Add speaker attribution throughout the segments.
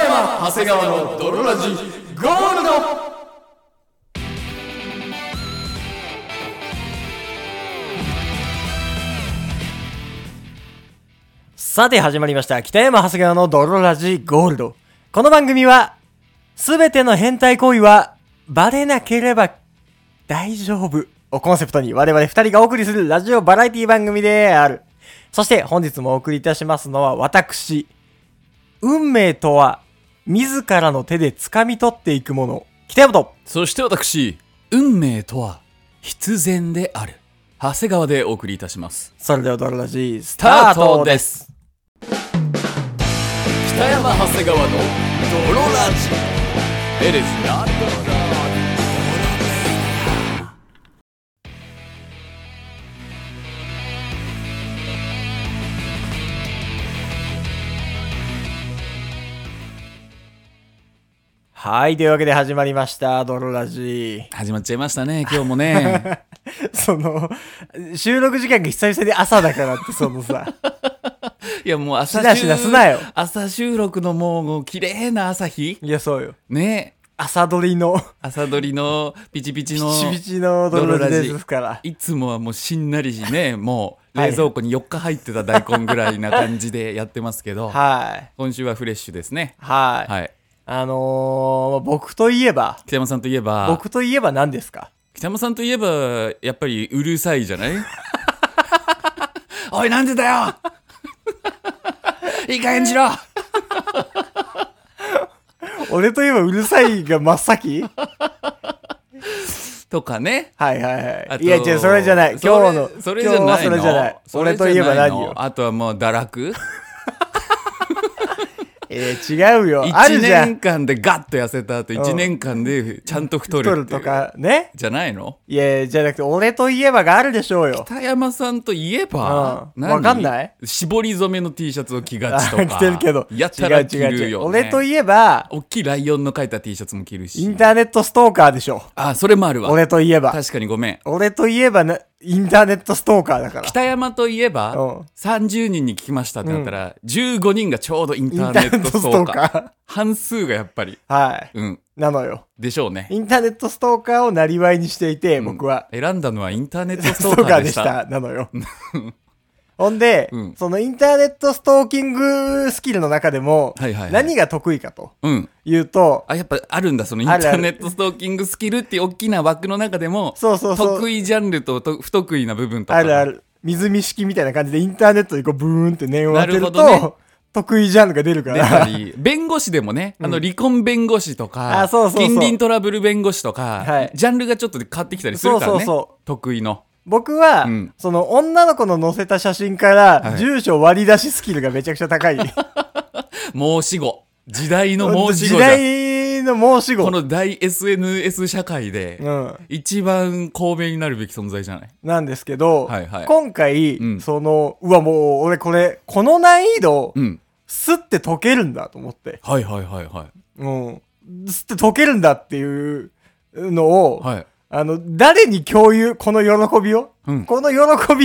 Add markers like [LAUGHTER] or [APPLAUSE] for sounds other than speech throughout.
Speaker 1: 長谷川の泥ラジゴールド
Speaker 2: さて始まりました北山長谷川の泥ラジゴールドこの番組はすべての変態行為はバレなければ大丈夫をコンセプトに我々二人がお送りするラジオバラエティ番組であるそして本日もお送りいたしますのは私運命とは自らの手で掴み取っていくもの北山と
Speaker 1: そして私運命とは必然である長谷川でお送りいたします
Speaker 2: それでは泥ラジス
Speaker 1: スター
Speaker 2: ター
Speaker 1: ト
Speaker 2: ト
Speaker 1: で
Speaker 2: です
Speaker 1: す北山長谷川の泥ラジ It is not
Speaker 2: はいというわけで始まりました泥ラジ
Speaker 1: 始まっちゃいました
Speaker 2: [LAUGHS]
Speaker 1: ね今日もね
Speaker 2: その、収録時間が久々に朝だからって、その
Speaker 1: [LAUGHS]
Speaker 2: さ、
Speaker 1: いやもう朝
Speaker 2: しなしなすなよ
Speaker 1: 朝収録のもう綺麗な朝日
Speaker 2: いや、そうよ。
Speaker 1: ね
Speaker 2: 朝撮りの、
Speaker 1: 朝撮りのピチピチ
Speaker 2: ピ
Speaker 1: の
Speaker 2: チピチの泥ラジですから。
Speaker 1: いつもはもうしんなりし
Speaker 2: [LAUGHS]
Speaker 1: ね、もう
Speaker 2: はい
Speaker 1: 冷蔵庫に4日入ってた大根ぐらいな感じでやってますけど、
Speaker 2: はい。
Speaker 1: 今週はフレッシュですね。
Speaker 2: はい。
Speaker 1: はい。
Speaker 2: あのー、僕といえば、
Speaker 1: 北山さんといえば、
Speaker 2: 僕といえば何ですか
Speaker 1: 北山さんといえば、やっぱりうるさいじゃ
Speaker 2: [LAUGHS]
Speaker 1: ないおい、なんでだ [LAUGHS] よいい加減にしろ
Speaker 2: 俺といえばうるさいが真
Speaker 1: [LAUGHS]
Speaker 2: っ先は
Speaker 1: とかね。
Speaker 2: いはいは
Speaker 1: あ
Speaker 2: い。
Speaker 1: と
Speaker 2: いや、違う、それじゃない。今日の、
Speaker 1: それそれじ
Speaker 2: 今
Speaker 1: ゃ
Speaker 2: 日
Speaker 1: ないの
Speaker 2: はそれじゃない。
Speaker 1: それ
Speaker 2: 俺
Speaker 1: じゃ
Speaker 2: と
Speaker 1: ないい
Speaker 2: え
Speaker 1: の
Speaker 2: ば何よ。
Speaker 1: あとはもう堕落
Speaker 2: えー、違うよ。ある
Speaker 1: ?1
Speaker 2: じゃん。
Speaker 1: 年間でガッと痩せた後、1年間でちゃんと太る
Speaker 2: 撮
Speaker 1: っ
Speaker 2: る
Speaker 1: てい
Speaker 2: と
Speaker 1: う
Speaker 2: か、ね。
Speaker 1: じゃないの
Speaker 2: いや、じゃなくて、俺といえばがあるでしょうよ。
Speaker 1: 北山さんといえば、
Speaker 2: うん
Speaker 1: 何
Speaker 2: わかんない
Speaker 1: 絞り染めの T シャツを着がちとか
Speaker 2: 着てるけど。
Speaker 1: やたら着
Speaker 2: 違う
Speaker 1: る
Speaker 2: 違う違う。
Speaker 1: よ、ね、
Speaker 2: 俺といえば、
Speaker 1: 大きいライオンの描いた T シャツも着るし
Speaker 2: インターネットストーカーでしょ。
Speaker 1: あそれもあるわ
Speaker 2: 俺といえば。
Speaker 1: 確かにごめん
Speaker 2: 俺といえばな、インターネットストーカーだから。
Speaker 1: 北山といえば、
Speaker 2: うん
Speaker 1: 30人に聞きましたってなったら、15人がちょうどイン
Speaker 2: イン
Speaker 1: タ
Speaker 2: タ
Speaker 1: ー
Speaker 2: ー
Speaker 1: ネ
Speaker 2: ネ
Speaker 1: ット
Speaker 2: ット
Speaker 1: ス
Speaker 2: ス
Speaker 1: ト
Speaker 2: ト
Speaker 1: ー
Speaker 2: ー
Speaker 1: カ
Speaker 2: カ
Speaker 1: ー
Speaker 2: ー。
Speaker 1: 半数がやっぱり
Speaker 2: はい。
Speaker 1: うん
Speaker 2: なのよ。
Speaker 1: でしょうね
Speaker 2: インターネットストーカーをなりわいにしていて、僕は。
Speaker 1: 選んだのはインターネット
Speaker 2: ス
Speaker 1: ス
Speaker 2: ト
Speaker 1: トー
Speaker 2: ーカ
Speaker 1: カ
Speaker 2: ー
Speaker 1: ー
Speaker 2: で
Speaker 1: で
Speaker 2: し
Speaker 1: した
Speaker 2: た。なのよ。ほんで、
Speaker 1: うん
Speaker 2: そのインターネットストーキングスキルの中でも、
Speaker 1: はいはいはい
Speaker 2: 何が得意かと
Speaker 1: うん
Speaker 2: いうと、
Speaker 1: あやっぱあるんだそのインタ
Speaker 2: あるある
Speaker 1: ーネットストーキングスキルっていう大きな枠の中でも
Speaker 2: そうそうそう。
Speaker 1: 得意ジャンルとと不得意な部分とか
Speaker 2: あるある。水見式みたいな感じでインターネットでこうブーンって念を当て
Speaker 1: なるほ
Speaker 2: ると、
Speaker 1: どね
Speaker 2: 得意ジャンルが出るか
Speaker 1: 出た
Speaker 2: ら。
Speaker 1: り弁護士でもね、あの離婚弁護士とか
Speaker 2: あそうそうそう
Speaker 1: 近隣トラブル弁護士とか、
Speaker 2: はい
Speaker 1: ジャンルがちょっと変わってきたりするからね
Speaker 2: そうそうそ
Speaker 1: 得意の
Speaker 2: [LAUGHS] 僕は、
Speaker 1: うん
Speaker 2: その女の子の載せた写真か
Speaker 1: は
Speaker 2: ら
Speaker 1: い、
Speaker 2: 住所割り出しスキルがめちゃくち
Speaker 1: [LAUGHS]
Speaker 2: ゃ高い。 [LAUGHS]
Speaker 1: 申し子時代の申し
Speaker 2: 時
Speaker 1: 子じゃん
Speaker 2: 代の申し子。
Speaker 1: この大 SNS 社会で、
Speaker 2: うん。
Speaker 1: 一番公明になるべき存在じゃない
Speaker 2: なんですけど、
Speaker 1: はいはい
Speaker 2: 今回、
Speaker 1: うん
Speaker 2: その、うわ、もう俺これ、この難易度
Speaker 1: う、ん
Speaker 2: すって解けるんだと思って。
Speaker 1: はいはいはいは
Speaker 2: うん。すって解けるんだっていうのを、
Speaker 1: いはい
Speaker 2: あの、誰に共有、この喜びを、
Speaker 1: うん
Speaker 2: この喜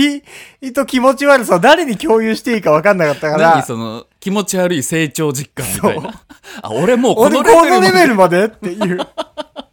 Speaker 2: びと気持ち悪さを誰に共有していいか分かんなかったか
Speaker 1: 何
Speaker 2: ら、
Speaker 1: その気持ち悪い成長実感みたいなあ俺もうこ
Speaker 2: 俺
Speaker 1: の
Speaker 2: こ
Speaker 1: レベルま
Speaker 2: の
Speaker 1: で
Speaker 2: レベルまでってい
Speaker 1: [LAUGHS]
Speaker 2: う。だ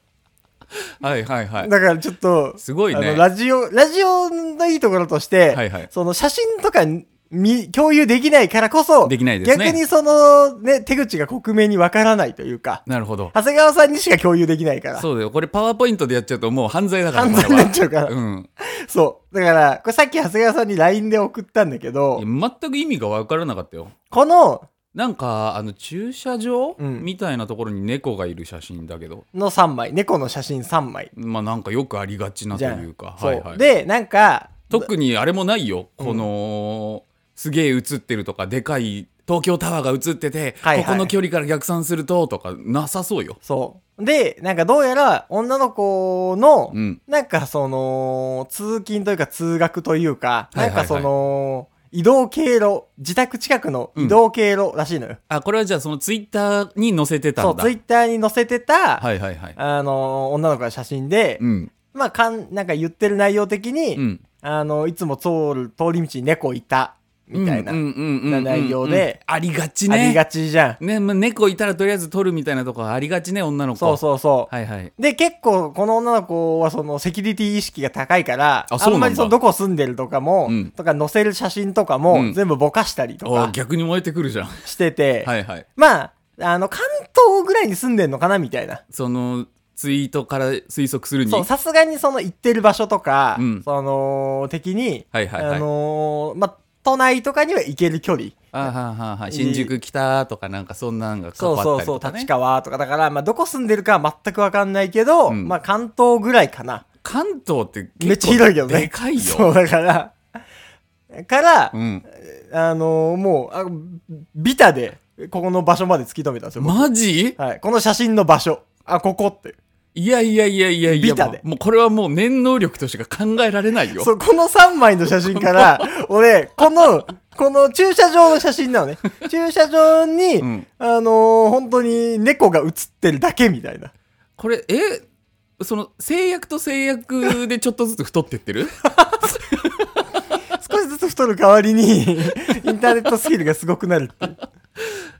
Speaker 1: はいはいはい
Speaker 2: からちょっと、
Speaker 1: すごいね
Speaker 2: あの、ラジオ、ラジオのいいところとして、
Speaker 1: はいはい
Speaker 2: その写真とかに見共有できないからこそ、
Speaker 1: できないですね
Speaker 2: 逆にその、ね、手口が克明に分からないというか、
Speaker 1: なるほど
Speaker 2: 長谷川さんにしか共有できないから、
Speaker 1: そうだよこれパワーポイントでやっちゃうともう犯罪だから
Speaker 2: 犯
Speaker 1: これ
Speaker 2: 罪
Speaker 1: は
Speaker 2: になっちゃうから。
Speaker 1: うん
Speaker 2: そう。だから、これさっき長谷川さんに LINE で送ったんだけど、
Speaker 1: いや全く意味が分からなかったよ
Speaker 2: この、
Speaker 1: なんかあの駐車場、
Speaker 2: うん
Speaker 1: みたいなところに猫がいる写真だけど
Speaker 2: の3枚猫の写真3枚
Speaker 1: まあなんかよくありがちなと
Speaker 2: じゃん
Speaker 1: いうか
Speaker 2: そう、
Speaker 1: はいはい、
Speaker 2: でなんか
Speaker 1: 特にあれもないよこの、すげえ写ってるとかでかい東京タワーが写ってて、
Speaker 2: はいはい
Speaker 1: ここの距離から逆算するととかなさそうよ
Speaker 2: そうでなんかどうやら女の子の、
Speaker 1: うん
Speaker 2: なんかその通勤というか通学というか、
Speaker 1: はいはいはい
Speaker 2: なんかその移動経路自宅近くの移動経路らしいのよ、
Speaker 1: あこれはじゃあそのツイッターに載せてたん
Speaker 2: そ
Speaker 1: だ
Speaker 2: うツイッターに載せてた、
Speaker 1: はいはいはい
Speaker 2: あのー女の子の写真で、
Speaker 1: うん
Speaker 2: まあかんなんか言ってる内容的に、
Speaker 1: うん
Speaker 2: あのいつも通る通り道に猫いたみたいな
Speaker 1: うんうんうんうんうんうん
Speaker 2: 内容で
Speaker 1: ありがち
Speaker 2: ありが
Speaker 1: ね
Speaker 2: ちじゃん。
Speaker 1: ね、まあ、猫いたらとりあえず取るみたいなとこありがちね女の子
Speaker 2: そうそうそう。
Speaker 1: はいはい
Speaker 2: で、結構、この女の子は、その、セキュリティ意識が高いから、
Speaker 1: あそうなんだ
Speaker 2: んまり、その、どこ住んでるとかも、
Speaker 1: うん
Speaker 2: とか、載せる写真とか
Speaker 1: う
Speaker 2: も、
Speaker 1: ん
Speaker 2: 全部ぼかしたりと
Speaker 1: あ
Speaker 2: か
Speaker 1: ー、逆に燃えてくるじゃん
Speaker 2: してて、
Speaker 1: はいはい
Speaker 2: まあ、あの、関東ぐらいに住んでんのかな、みたいな。
Speaker 1: そのツイートから推測するに
Speaker 2: そう、さすがに、その、行ってる場所とか、
Speaker 1: うん
Speaker 2: その、的に、
Speaker 1: はいはいはい
Speaker 2: あのーまあ、都内とかには行ける距離。
Speaker 1: あーはーはーはー新宿北とかなんかそんなんが関
Speaker 2: そう
Speaker 1: わ
Speaker 2: そ
Speaker 1: っ
Speaker 2: う
Speaker 1: たり
Speaker 2: そ
Speaker 1: と
Speaker 2: う、
Speaker 1: か、ね、
Speaker 2: 立川とか、だから、まあ、どこ住んでるかは全くわかんないけど、
Speaker 1: うん
Speaker 2: まあ、関東ぐらいかな。
Speaker 1: 関東って結構
Speaker 2: めっちゃ広いけどね。
Speaker 1: でかいよ
Speaker 2: [LAUGHS] そう、だから、から、
Speaker 1: うん、
Speaker 2: あのーもうあ、ビタで、ここの場所まで突き止めたんですよ。僕
Speaker 1: マジ
Speaker 2: はい。この写真の場所。あ、ここって。
Speaker 1: いやいやいやいやいや
Speaker 2: ビタで
Speaker 1: もうもうこれはもう念能力としか考えられないよ
Speaker 2: そう、この3枚の写
Speaker 1: [LAUGHS]
Speaker 2: 真から、俺、この、この駐車場の写真な
Speaker 1: [LAUGHS]
Speaker 2: のね。駐車場に、
Speaker 1: うん
Speaker 2: あのー本当に猫が写ってるだけみたいな。
Speaker 1: これえその制約と制約でちょっとずつ太ってってる [LAUGHS]
Speaker 2: 少しずつ太る代わ
Speaker 1: [LAUGHS]
Speaker 2: りに、インターネットスキルがすごくなるっていう。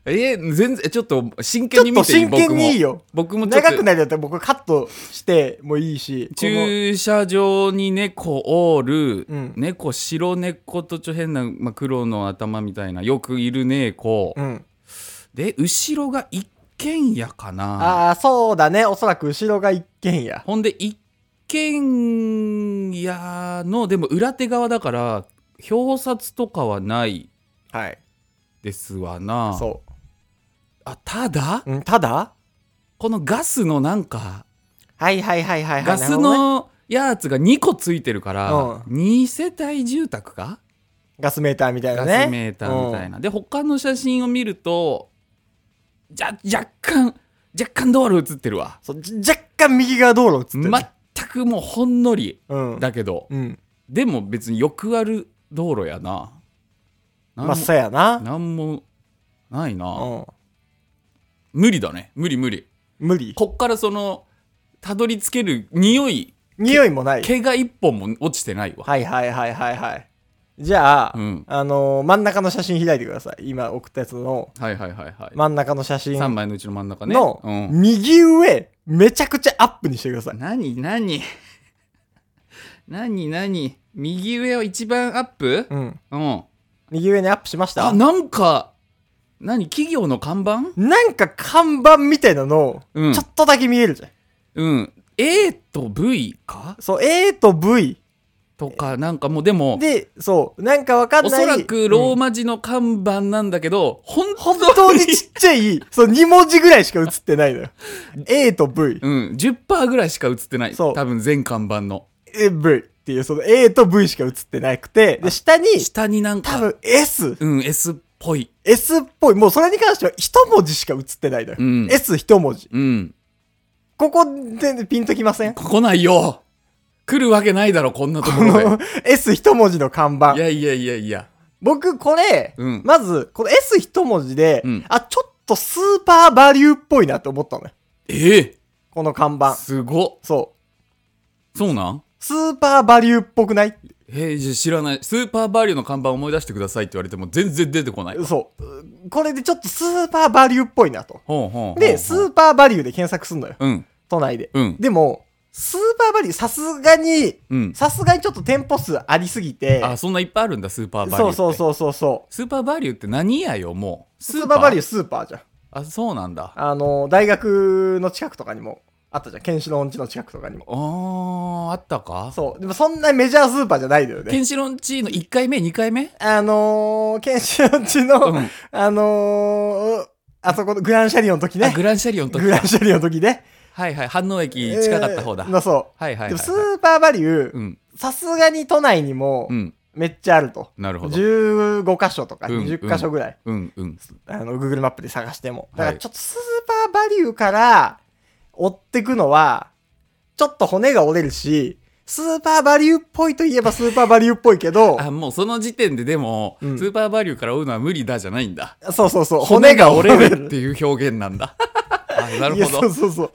Speaker 1: え全然ちょっと真
Speaker 2: ち
Speaker 1: 剣
Speaker 2: ょ
Speaker 1: に
Speaker 2: っと
Speaker 1: 見ていい
Speaker 2: 真
Speaker 1: 僕
Speaker 2: 剣
Speaker 1: も
Speaker 2: にいいよ。
Speaker 1: 僕もちょっと
Speaker 2: 長くなるやったら僕カットしてもいいし。この
Speaker 1: 駐車場に猫おる、
Speaker 2: うん
Speaker 1: 猫白猫とちょ変な、まあ、黒の頭みたいなよくいる猫、
Speaker 2: うん。
Speaker 1: で後ろが一軒家かな
Speaker 2: ああ、そうだね。おそらく後ろが一軒家。
Speaker 1: ほんで一軒家のでも裏手側だから表札とかはない
Speaker 2: はい。
Speaker 1: ですわな
Speaker 2: そ
Speaker 1: あただ
Speaker 2: う。うん、ただ
Speaker 1: このガスのなんか
Speaker 2: はいはいはいはいはい。
Speaker 1: ガス
Speaker 2: なるほどね
Speaker 1: のやつが2個ついてるから、
Speaker 2: うん
Speaker 1: 2世帯住宅か
Speaker 2: ガスメーターみたいなね。
Speaker 1: ガスメーターみたいな。で、他の写真を見ると、じゃ、若干、若干道路映ってるわ。
Speaker 2: うん。そうじ若干右側道路映ってる。
Speaker 1: 全くもうほんのり
Speaker 2: うん。
Speaker 1: だけど、
Speaker 2: うん。
Speaker 1: でも別によくある道路やな。なんも
Speaker 2: まあ、、そうやな。
Speaker 1: なんもないな。
Speaker 2: うん。
Speaker 1: 無理だね。無理無理。
Speaker 2: 無理。
Speaker 1: こっからその、たどり着ける匂い、
Speaker 2: 匂いもない。
Speaker 1: 毛が一本も落ちてないわ。
Speaker 2: はいはいはいはいはい。じゃあ、
Speaker 1: うん
Speaker 2: あのー真ん中の写真開いてください。今送ったやつの
Speaker 1: はいはいはいはい。
Speaker 2: 真ん中の写真
Speaker 1: 3枚のうちの真ん中ね。
Speaker 2: の
Speaker 1: うん、
Speaker 2: 右上、めちゃくちゃアップにしてください。
Speaker 1: 何何何何右上を一番アップ
Speaker 2: うん。
Speaker 1: うん。
Speaker 2: 右上にアップしました
Speaker 1: あ、なんか、何企業の看板
Speaker 2: なんか看板みたいなの、
Speaker 1: うん
Speaker 2: ちょっとだけ見えるじゃん。
Speaker 1: うん。A と V か
Speaker 2: そう、A と V
Speaker 1: とか、なんかもうでも、
Speaker 2: で、そう、なんかわかん
Speaker 1: お
Speaker 2: ない。
Speaker 1: そらくロー
Speaker 2: マ、
Speaker 1: マ字の看板なんだけど、本
Speaker 2: 本
Speaker 1: 当
Speaker 2: 当
Speaker 1: に
Speaker 2: に、ちっちゃい、そう、2文字ぐらいしか映ってないのよ。A と V、
Speaker 1: [LAUGHS] うん、10%ぐらいしか映ってない。
Speaker 2: そ
Speaker 1: 多
Speaker 2: う
Speaker 1: 分全看板の。
Speaker 2: A、V っていう、その A と V しか映ってなくて、で、下に、
Speaker 1: 下になん
Speaker 2: 多
Speaker 1: か、
Speaker 2: 分 S、
Speaker 1: うん、S っぽい。
Speaker 2: S っぽい、もうそれに関しては一文字しか映ってないのよ。
Speaker 1: うん
Speaker 2: S 一文字。
Speaker 1: うん。
Speaker 2: ここ、全然ピンときませんこ
Speaker 1: 来ないよ来るわけないだろ、こんなところ
Speaker 2: [LAUGHS] の S 一文字の看板
Speaker 1: で。い。やいやいやいや。
Speaker 2: 僕これ、
Speaker 1: うん
Speaker 2: まずこの S 一文字で、
Speaker 1: うん
Speaker 2: あちょっとスーパーバリューっぽいなって思ったのよ
Speaker 1: ええ
Speaker 2: この看板
Speaker 1: すごっ
Speaker 2: そう
Speaker 1: そうなん
Speaker 2: スーパーバリューっぽくない
Speaker 1: えー、じゃあ知らない。スーパーバリューの看板思い出してくださいって言われても全然出てこない。ほう
Speaker 2: そうこれでちょっとスーパーバリューっぽいなと
Speaker 1: ほうほう
Speaker 2: でスーパーバリューで検索すんのよ
Speaker 1: うん。
Speaker 2: 都内で、
Speaker 1: うん
Speaker 2: でもスーパーバリューさすがに
Speaker 1: うん。
Speaker 2: さすがにちょっと店舗数ありすぎて
Speaker 1: あ、そんないっぱいあるんだ、スーパーバリュー
Speaker 2: そ
Speaker 1: っ
Speaker 2: う
Speaker 1: て。
Speaker 2: そうそうそうそう
Speaker 1: スーパーバリューって何やよ、もう。
Speaker 2: スーパーバリュー
Speaker 1: ー
Speaker 2: スーパーじゃん
Speaker 1: あ、そうなんだ。あ
Speaker 2: あの大学の近くとかにもあったじゃんケンシロウの家の近くとかにも
Speaker 1: ー、あったか
Speaker 2: そう。でもそんなメジャースーパーじゃないのよ
Speaker 1: ケ
Speaker 2: ね。
Speaker 1: ンシロンチーの1回目、2回目
Speaker 2: あのー、ケンシロンチの、
Speaker 1: うん
Speaker 2: あのー、あそこのグランシャリオの時
Speaker 1: あ、
Speaker 2: ね。
Speaker 1: グランシャリオンと
Speaker 2: グランシャリオの時ね。
Speaker 1: はいはい、飯能駅近かった方だ。
Speaker 2: えーのそ
Speaker 1: はいは
Speaker 2: う。
Speaker 1: いはい、
Speaker 2: でもス
Speaker 1: はい。
Speaker 2: ーパーバリュ
Speaker 1: う
Speaker 2: ー、
Speaker 1: ん。
Speaker 2: さすがに都内にも
Speaker 1: うん。
Speaker 2: めっちゃあると。
Speaker 1: なるほど。
Speaker 2: 15箇所とか
Speaker 1: うん
Speaker 2: 20箇所ぐらい、
Speaker 1: うんうん。
Speaker 2: あの、Google マップで探しても。だか
Speaker 1: は
Speaker 2: ら
Speaker 1: い
Speaker 2: ちょっとスーパーバリューから追ってくのは、ちょっと骨が折れるし、スーパーバリューっぽいといえばスーパーバリューっぽいけど、
Speaker 1: あ、もうその時点ででも、
Speaker 2: うん
Speaker 1: スーパーバリューから追うのは無理だじゃないんだ。
Speaker 2: そうそうそう、
Speaker 1: 骨が折れるっていう表現なんだ。あなる
Speaker 2: いや
Speaker 1: ほ
Speaker 2: そう
Speaker 1: ど。
Speaker 2: そうそう。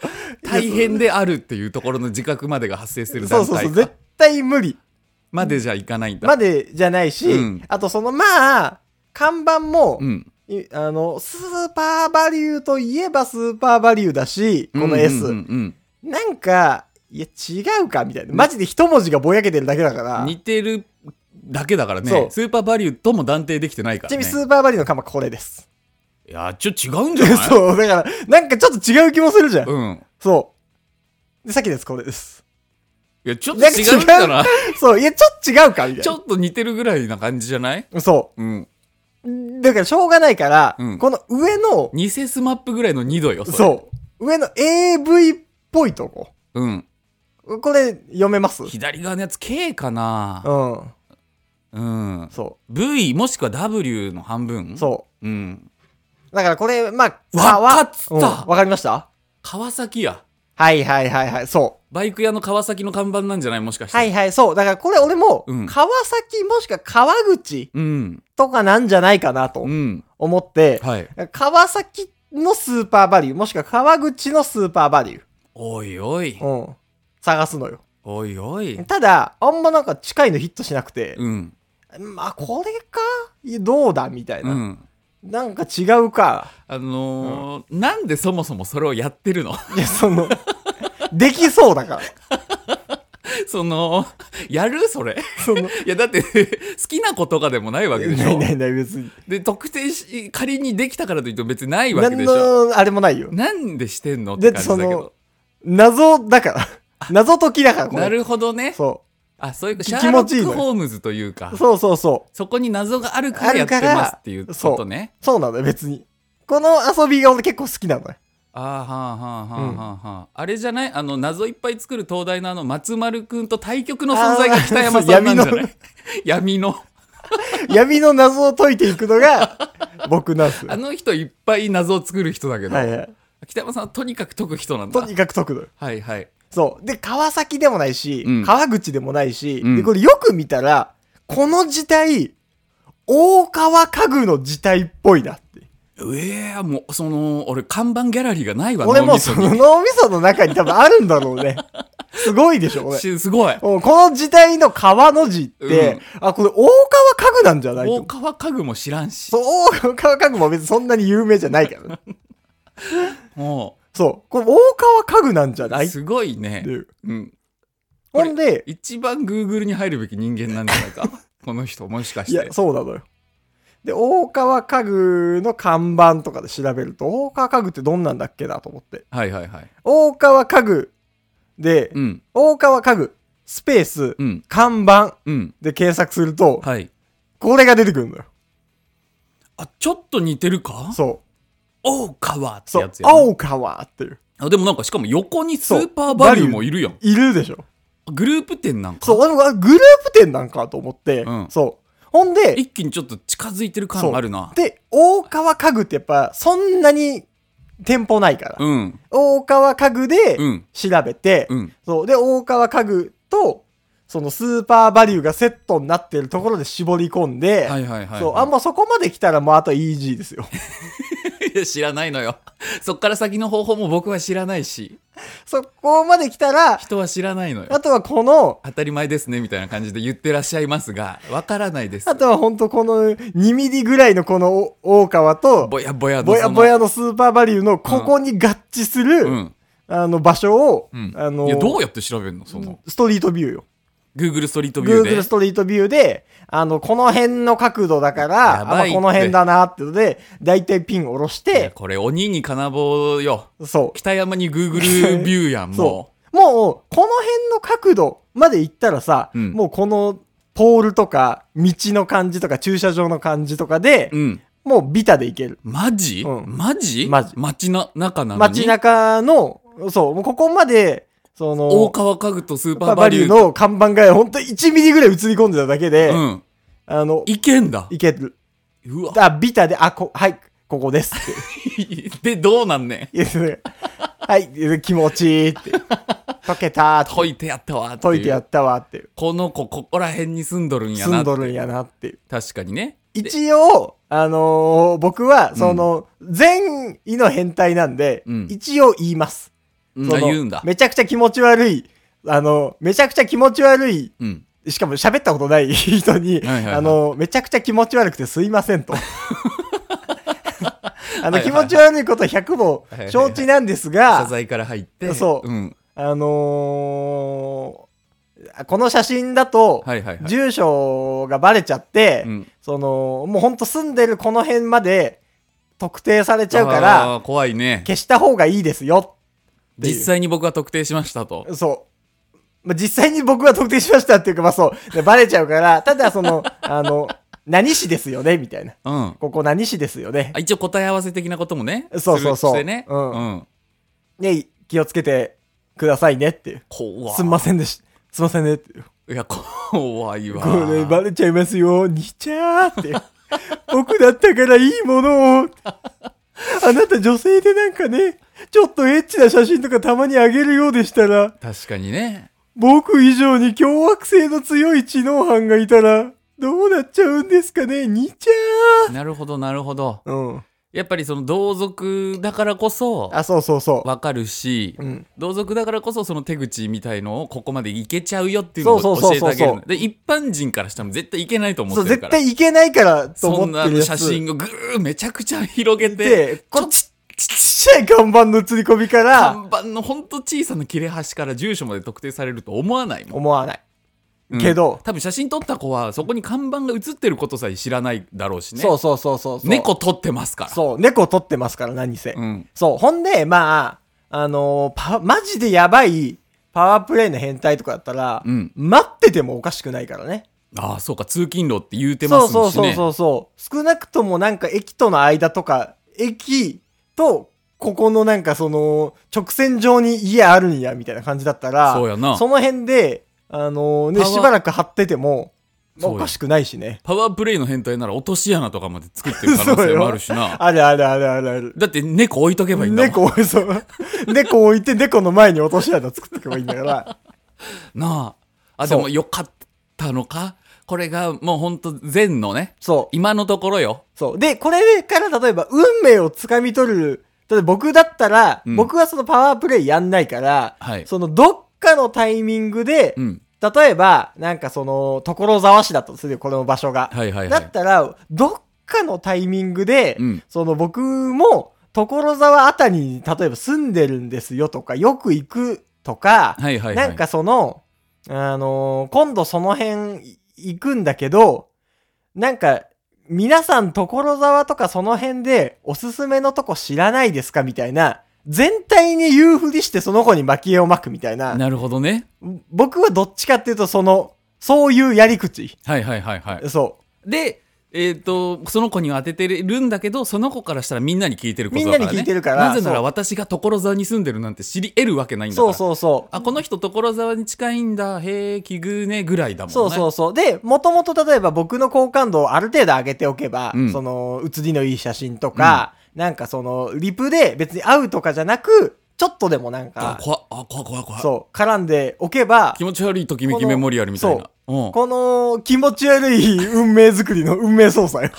Speaker 1: 大変であるっていうところの自覚までが発生する
Speaker 2: そ
Speaker 1: 段
Speaker 2: う
Speaker 1: 階か
Speaker 2: そうそう。絶対無理。
Speaker 1: までじゃいかないんだ。
Speaker 2: までじゃないし、
Speaker 1: うん
Speaker 2: あとそのまあ、看板も、
Speaker 1: うん。
Speaker 2: いあの、スーパーバリューといえばスーパーバリューだし、この S。
Speaker 1: うんうん
Speaker 2: なんか、いや、違うか、みたいな。マジで一文字がぼやけてるだけだか
Speaker 1: う
Speaker 2: ら。
Speaker 1: ん似
Speaker 2: ち
Speaker 1: てるだけだから
Speaker 2: そ
Speaker 1: ね。
Speaker 2: う
Speaker 1: スーパーバリューとも断定できてないか
Speaker 2: な
Speaker 1: ら
Speaker 2: みに
Speaker 1: ね。
Speaker 2: スーパーバリューの看板これです。
Speaker 1: いや、ちょ、違うんじゃない
Speaker 2: [LAUGHS] そう、だから、なんかちょっと違う気もするじゃん。
Speaker 1: うん。
Speaker 2: そう。で、さっきのやつこれです。
Speaker 1: いや、ちょっと違う
Speaker 2: なん
Speaker 1: か、
Speaker 2: からそう、いや、ちょっと違うか、みたいな。
Speaker 1: ちょっと似てるぐらいな感じじゃない
Speaker 2: そ
Speaker 1: うん。
Speaker 2: う。だから、しょうがないから、
Speaker 1: うん
Speaker 2: この上の、
Speaker 1: 偽スマップぐらいの2度よ、れ
Speaker 2: そう。上の AV っぽいとこ。
Speaker 1: うん。
Speaker 2: これ、読めますうん。
Speaker 1: 左側のやつ K かなうん。
Speaker 2: そ
Speaker 1: V もしくは W の半分。
Speaker 2: う。そう
Speaker 1: うん。
Speaker 2: う。だから、これ、まあ、
Speaker 1: わ
Speaker 2: わ
Speaker 1: かった
Speaker 2: うんわかりました
Speaker 1: 川崎や。
Speaker 2: はいはいはいはい、そう。
Speaker 1: バイク屋の川崎の看板なんじゃないもしかして。
Speaker 2: はいはい、そう。だからこれ俺も
Speaker 1: うん、
Speaker 2: 川崎もしくは川口
Speaker 1: うん。
Speaker 2: とかなんじゃないかなと
Speaker 1: うん。
Speaker 2: 思って、
Speaker 1: はい。
Speaker 2: 川崎のスーパーバリュー、もしくは川口のスーパーバリュ
Speaker 1: おいおい。
Speaker 2: ー、うん、探すのよ。
Speaker 1: おいおい。
Speaker 2: ただ、あんまなんか近いのヒットしなくて、
Speaker 1: うん。
Speaker 2: まあこれかいやどうだみたいうな、
Speaker 1: ん。
Speaker 2: なんか違うか。
Speaker 1: あのーなんでそもそもそれをやってるの [LAUGHS]
Speaker 2: いや、その、 [LAUGHS] できそうだから。
Speaker 1: その、やるそれ。 [LAUGHS]
Speaker 2: その、
Speaker 1: いや、だって、 [LAUGHS] 好きな子とかでもないわけでし
Speaker 2: ない
Speaker 1: ょ
Speaker 2: な。いない、別に。
Speaker 1: で、特定し、仮にできたからといっても別にないわけ
Speaker 2: 何
Speaker 1: でしょ。
Speaker 2: の、あれもないよ。
Speaker 1: なんでしてんのっ
Speaker 2: だ
Speaker 1: て
Speaker 2: って
Speaker 1: 感じだ
Speaker 2: そ
Speaker 1: け
Speaker 2: の
Speaker 1: ど。、
Speaker 2: 謎だから。謎解きだから、これ。
Speaker 1: なるほどね。
Speaker 2: そ
Speaker 1: あ、そういう、
Speaker 2: 気
Speaker 1: シャーロッ
Speaker 2: 気持ちいい
Speaker 1: ク・
Speaker 2: のよ
Speaker 1: ホームズというか
Speaker 2: う。、そうそうそ
Speaker 1: そこに謎があるからやってますっていうことね。
Speaker 2: う。そうなのよ、別に。この遊びが俺結構好きなのよ。
Speaker 1: あーはあはあはあはあはあ、あれじゃないあの謎いっぱい作る東大のあの松丸くんと対局の存在が北山さんなんじゃない
Speaker 2: [LAUGHS]
Speaker 1: [LAUGHS] 闇の
Speaker 2: 闇の謎を解いていくの
Speaker 1: [LAUGHS]
Speaker 2: が僕なんですよ。
Speaker 1: あの人いっぱい謎を作る人だけど、
Speaker 2: はいはい。
Speaker 1: 北山さんはとにかく解く人なんだ
Speaker 2: とにかく解くのよ。
Speaker 1: はいはい
Speaker 2: そう。で、川崎でもないし、
Speaker 1: うん
Speaker 2: 川口でもないし、
Speaker 1: うん
Speaker 2: で、これよく見たら、この時代、大川家具の時代っぽいなって。
Speaker 1: ええもうその俺看板ギャラリーがないわ
Speaker 2: 俺
Speaker 1: 脳
Speaker 2: も
Speaker 1: みそ
Speaker 2: そ
Speaker 1: に
Speaker 2: の脳みその中に多分あるんだろう
Speaker 1: [LAUGHS]
Speaker 2: ね。すごいでしょ、これ。
Speaker 1: しすごい
Speaker 2: うんこの時代の川の字って、あ、これ大川家具なんじゃない
Speaker 1: 大
Speaker 2: と。
Speaker 1: 川家具も知らんし
Speaker 2: そう、大川家具も別にそんなに有名じゃな
Speaker 1: [LAUGHS]
Speaker 2: いからね。
Speaker 1: も
Speaker 2: そう。これ大川家具なんじゃな
Speaker 1: う
Speaker 2: いって
Speaker 1: すごい
Speaker 2: い
Speaker 1: ね、
Speaker 2: う。
Speaker 1: うん、
Speaker 2: ほんで、
Speaker 1: 一番グーグルに入るべき人間なんじゃないか
Speaker 2: [LAUGHS]
Speaker 1: この人もしか
Speaker 2: い
Speaker 1: して
Speaker 2: や、そうなのよ。で、大川家具の看板とかで調べると、大川家具ってどんなんだっけなと思って。
Speaker 1: はいはいはい
Speaker 2: 大川家具で、
Speaker 1: うん
Speaker 2: 大川家具、スペース、
Speaker 1: うん
Speaker 2: 看板
Speaker 1: うん
Speaker 2: で検索すると、
Speaker 1: はい
Speaker 2: これが出てくるのよ。
Speaker 1: あ、ちょっと似てるか
Speaker 2: そう。
Speaker 1: 大川って
Speaker 2: そ
Speaker 1: や
Speaker 2: う
Speaker 1: つ。や、ね、
Speaker 2: 青川っていう。
Speaker 1: あでもなんかしかも横にス
Speaker 2: そう
Speaker 1: ーパーバリューもいるやん。
Speaker 2: いるでしょ。
Speaker 1: グループ店なんか。
Speaker 2: そう、俺もあグループ店なんかと思って、
Speaker 1: うん
Speaker 2: そう。ほんで、
Speaker 1: 一気にちょっと近づいてる感あるな。
Speaker 2: で、大川家具ってやっぱ、そんなに店舗ないから。
Speaker 1: うん。
Speaker 2: 大川家具で
Speaker 1: うん。
Speaker 2: 調べて、
Speaker 1: うん。
Speaker 2: そう。で、大川家具と、そのスーパーバリューがセットになってるところで絞り込んで、
Speaker 1: はいはいはい、はい。
Speaker 2: そう、あんまそこまで来たらもうあとイージーですよ。 [LAUGHS]
Speaker 1: いや知らないのよ。 [LAUGHS] そっから先の方法も僕は知らないし、
Speaker 2: そこまで来たら、
Speaker 1: 人は知らないのよ
Speaker 2: あ。とはこの、
Speaker 1: 当たり前ですねみたいな感じで言ってらっしゃいますが、わからないです
Speaker 2: あ。とはほんとこの2ミリぐらいのこのお大川と、
Speaker 1: ぼやぼやの
Speaker 2: ぼや
Speaker 1: その
Speaker 2: ぼやのスーパーバリューのここに合致する、
Speaker 1: うん。
Speaker 2: あの場所を、
Speaker 1: うん。
Speaker 2: あの
Speaker 1: いや、どうやって調べるのその、
Speaker 2: ストリートビューよ。
Speaker 1: Google ストリートビューで。
Speaker 2: Google ストリートビューで、あの、この辺の角度だから、
Speaker 1: やばい
Speaker 2: あまあ
Speaker 1: って
Speaker 2: この辺だなってので、だいたいピンを下ろし
Speaker 1: いや
Speaker 2: て、
Speaker 1: これ鬼に金棒よ。
Speaker 2: そ
Speaker 1: 北山に
Speaker 2: [LAUGHS]
Speaker 1: Google ビューやん、
Speaker 2: う。
Speaker 1: もう
Speaker 2: そ。う。もう、この辺の角度まで行ったらさ、
Speaker 1: うん
Speaker 2: もうこのポールとか、道の感じとか、駐車場の感じとかで、
Speaker 1: うん。
Speaker 2: もうビタで行ける。
Speaker 1: マジ、
Speaker 2: うん
Speaker 1: マジ
Speaker 2: マジ
Speaker 1: 街な中なのに
Speaker 2: 街中の、そう、もうここまで、その、
Speaker 1: 大川家具とスー
Speaker 2: パ
Speaker 1: パ
Speaker 2: ー
Speaker 1: ー
Speaker 2: バ
Speaker 1: バ
Speaker 2: リュ
Speaker 1: リュ
Speaker 2: ー
Speaker 1: ー
Speaker 2: の看板が本当に1ミリぐらい映り込んでただけで、
Speaker 1: うん。
Speaker 2: あの、
Speaker 1: いけんだ。
Speaker 2: いける。
Speaker 1: うわ。
Speaker 2: あ、ビタで、あ、こ、はい、ここです [LAUGHS] って。
Speaker 1: で、どうなんねん。
Speaker 2: いやそれはい、気持ちいいって。溶けたーって。
Speaker 1: 解いてやったわっていう。
Speaker 2: 解いてやったわって。
Speaker 1: この子、ここら辺に住んどるんや
Speaker 2: 住。
Speaker 1: なん
Speaker 2: どるんやなっていう。
Speaker 1: 確かにね。で
Speaker 2: 一応、あのー僕は、その、善意の変態なんで、
Speaker 1: うん
Speaker 2: 一応言います。
Speaker 1: うん
Speaker 2: そ
Speaker 1: あ
Speaker 2: の
Speaker 1: 言うんだ。
Speaker 2: めちゃくちゃ気持ち悪い、あの、めちゃくちゃ気持ち悪い
Speaker 1: うん。
Speaker 2: しかも喋ったことない [LAUGHS] 人に、
Speaker 1: はいはいはい
Speaker 2: あの、めちゃくちゃ気持ち悪くてすいませ
Speaker 1: [LAUGHS]
Speaker 2: んと。あ
Speaker 1: はいは
Speaker 2: の、
Speaker 1: い
Speaker 2: 気持ち悪いことは100も
Speaker 1: はいはいはい
Speaker 2: 承知なんです
Speaker 1: 謝
Speaker 2: が、
Speaker 1: 罪から入って
Speaker 2: そう
Speaker 1: うん、
Speaker 2: あのーこの写真だと、
Speaker 1: はいはいはい、
Speaker 2: 住所がバレちゃって、
Speaker 1: うん
Speaker 2: その、もうほんと住んでるこの辺まで特定されちゃうか
Speaker 1: あ
Speaker 2: ら、
Speaker 1: ー怖いね
Speaker 2: 消した方がいいですよ。っていう
Speaker 1: 実際に僕は特定しましたと
Speaker 2: そう。まあ、実際に僕は特定しましたっていうか、まあそう、でバレちゃうから、ただその、あの、何市ですよねみたいな。
Speaker 1: うんあ
Speaker 2: ここ何市ですよね。
Speaker 1: 一応答え合わせ的なこともね
Speaker 2: そうそうそう
Speaker 1: するしてね、
Speaker 2: うん
Speaker 1: うん、
Speaker 2: ね、気をつけてくださいねっていう。
Speaker 1: 怖
Speaker 2: すんませんでした。すんませんねっていう。
Speaker 1: いや怖いわ
Speaker 2: これバレちゃいますよ。にちゃーって。僕だったからいいものを。あなた女性でなんかね、ちょっとエッチな写真とかたまにあげるようでしたら、
Speaker 1: 確かにね
Speaker 2: 僕以上に凶悪性の強い知能犯がいたら、どうなっちゃうんですかね、にち
Speaker 1: [LAUGHS] なるほどなるほど
Speaker 2: ゃー。うん。
Speaker 1: やっぱりその同族だからこそ
Speaker 2: あ、そうそうそ
Speaker 1: 分かるし
Speaker 2: う。うん。
Speaker 1: 同族だからこそその手口みたいのをここまでいけちゃうよっていうのを
Speaker 2: そう
Speaker 1: 教
Speaker 2: そ
Speaker 1: え
Speaker 2: う
Speaker 1: て
Speaker 2: そ
Speaker 1: あ
Speaker 2: うそう
Speaker 1: げるので一般人からしても絶対いけないと思
Speaker 2: そう、
Speaker 1: ってる
Speaker 2: 絶
Speaker 1: から
Speaker 2: 対いけないからと
Speaker 1: そん
Speaker 2: 思っ
Speaker 1: な
Speaker 2: てるやつ。
Speaker 1: 写真をぐーめちゃくちゃ広げて
Speaker 2: で、こっちちっちゃい看板の映り込みから、
Speaker 1: 看板のほんと小さな切れ端から住所まで特定されると思わないもん、
Speaker 2: 思わない。
Speaker 1: うん
Speaker 2: けど、
Speaker 1: 多分写真撮った子はそこに看板が写ってることさえ知らないだろうしね
Speaker 2: そうそうそうそうそう。
Speaker 1: 猫撮ってますから
Speaker 2: そう、猫撮ってますから、何せ。
Speaker 1: うん、
Speaker 2: そう、ほんで、まあ、あのーパ、マジでやばいパワープレイの変態とかだったら、
Speaker 1: うん
Speaker 2: 待っててもおかしくないからね。
Speaker 1: ああそうか通勤路って言うてま
Speaker 2: そ
Speaker 1: すし
Speaker 2: う
Speaker 1: ね
Speaker 2: そうそうそうそう。少なくともなんか駅との間とか、駅と、ここのなんかその、直線上に家あるんや、みたいな感じだったら、
Speaker 1: そうやな
Speaker 2: の辺で、あ
Speaker 1: パ
Speaker 2: のーね、
Speaker 1: ワー
Speaker 2: しばらく張ってても、まあ
Speaker 1: そうや
Speaker 2: おかしくないしね。
Speaker 1: パワープレイの変態なら落とし穴とかまで作ってる可能性もある
Speaker 2: [LAUGHS]
Speaker 1: しな
Speaker 2: あるあるあるあるある。
Speaker 1: だって猫置いとけばいいんだもん
Speaker 2: 猫を、そう。猫置いて、猫の前に落とし穴作っておけばいいんだ
Speaker 1: [LAUGHS]
Speaker 2: から。
Speaker 1: なああで
Speaker 2: そう
Speaker 1: もよかったのかこれがもうほんと善のね
Speaker 2: そう。
Speaker 1: 今のところよ
Speaker 2: そう。で、これから例えば、運命をつかみ取る。例えば僕だったら、
Speaker 1: うん
Speaker 2: 僕はそのパワープレイやんないから、
Speaker 1: はい
Speaker 2: そのどっかのタイミングで、
Speaker 1: うん
Speaker 2: 例えば、なんかその、所沢市だとするよ、この場所が。
Speaker 1: はいはいは
Speaker 2: だっ
Speaker 1: い
Speaker 2: たら、どっかのタイミングで、
Speaker 1: うん
Speaker 2: その僕も、所沢あたりに、例えば住んでるんですよとか、よく行くとか、
Speaker 1: はいはいはい
Speaker 2: なんかその、あのー今度その辺い行くんだけど、なんか、皆さん所沢とかその辺でおすすめのとこ知らないですかみたいな、全体に言うふりしてその子に蒔絵を巻くみたいな、
Speaker 1: なるほどね
Speaker 2: 僕はどっちかっていうとその、そういうやり口。
Speaker 1: はいはいはいはい
Speaker 2: そ
Speaker 1: で、えっとその子には当ててるんだけどその子からしたらみんなに聞いてることだ
Speaker 2: み
Speaker 1: か
Speaker 2: んな
Speaker 1: ら、ね、
Speaker 2: に聞いてるから
Speaker 1: なぜな
Speaker 2: そ
Speaker 1: ら
Speaker 2: う
Speaker 1: 私が所沢に住んでるなんて知り得るわけないん
Speaker 2: う。
Speaker 1: だか
Speaker 2: そ
Speaker 1: ら
Speaker 2: うそうそう。
Speaker 1: あこの人所沢に近いんだへえ奇遇ねぐらいだもんね
Speaker 2: そうそうそう。で、もともと例えば僕の好感度をある程度上げておけば、
Speaker 1: うん
Speaker 2: その、写りのいい写真とか、なんかその、リプで別に会うとかじゃなく、ちょっとでもなん
Speaker 1: あ
Speaker 2: か、
Speaker 1: 怖っあ怖い怖い怖い
Speaker 2: そう、絡んでおけば
Speaker 1: 気、持ち悪いときめきメモリアルみたいなうん
Speaker 2: この気持ち悪い運命作りの運命
Speaker 1: [LAUGHS]
Speaker 2: 操作よ。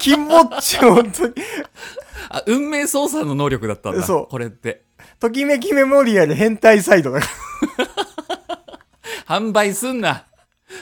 Speaker 2: 気持ち、本当に。
Speaker 1: あ運命操作の能力だったんだ
Speaker 2: そう
Speaker 1: これって
Speaker 2: ときめきメモリアル変態サイドだから。
Speaker 1: 販売すんな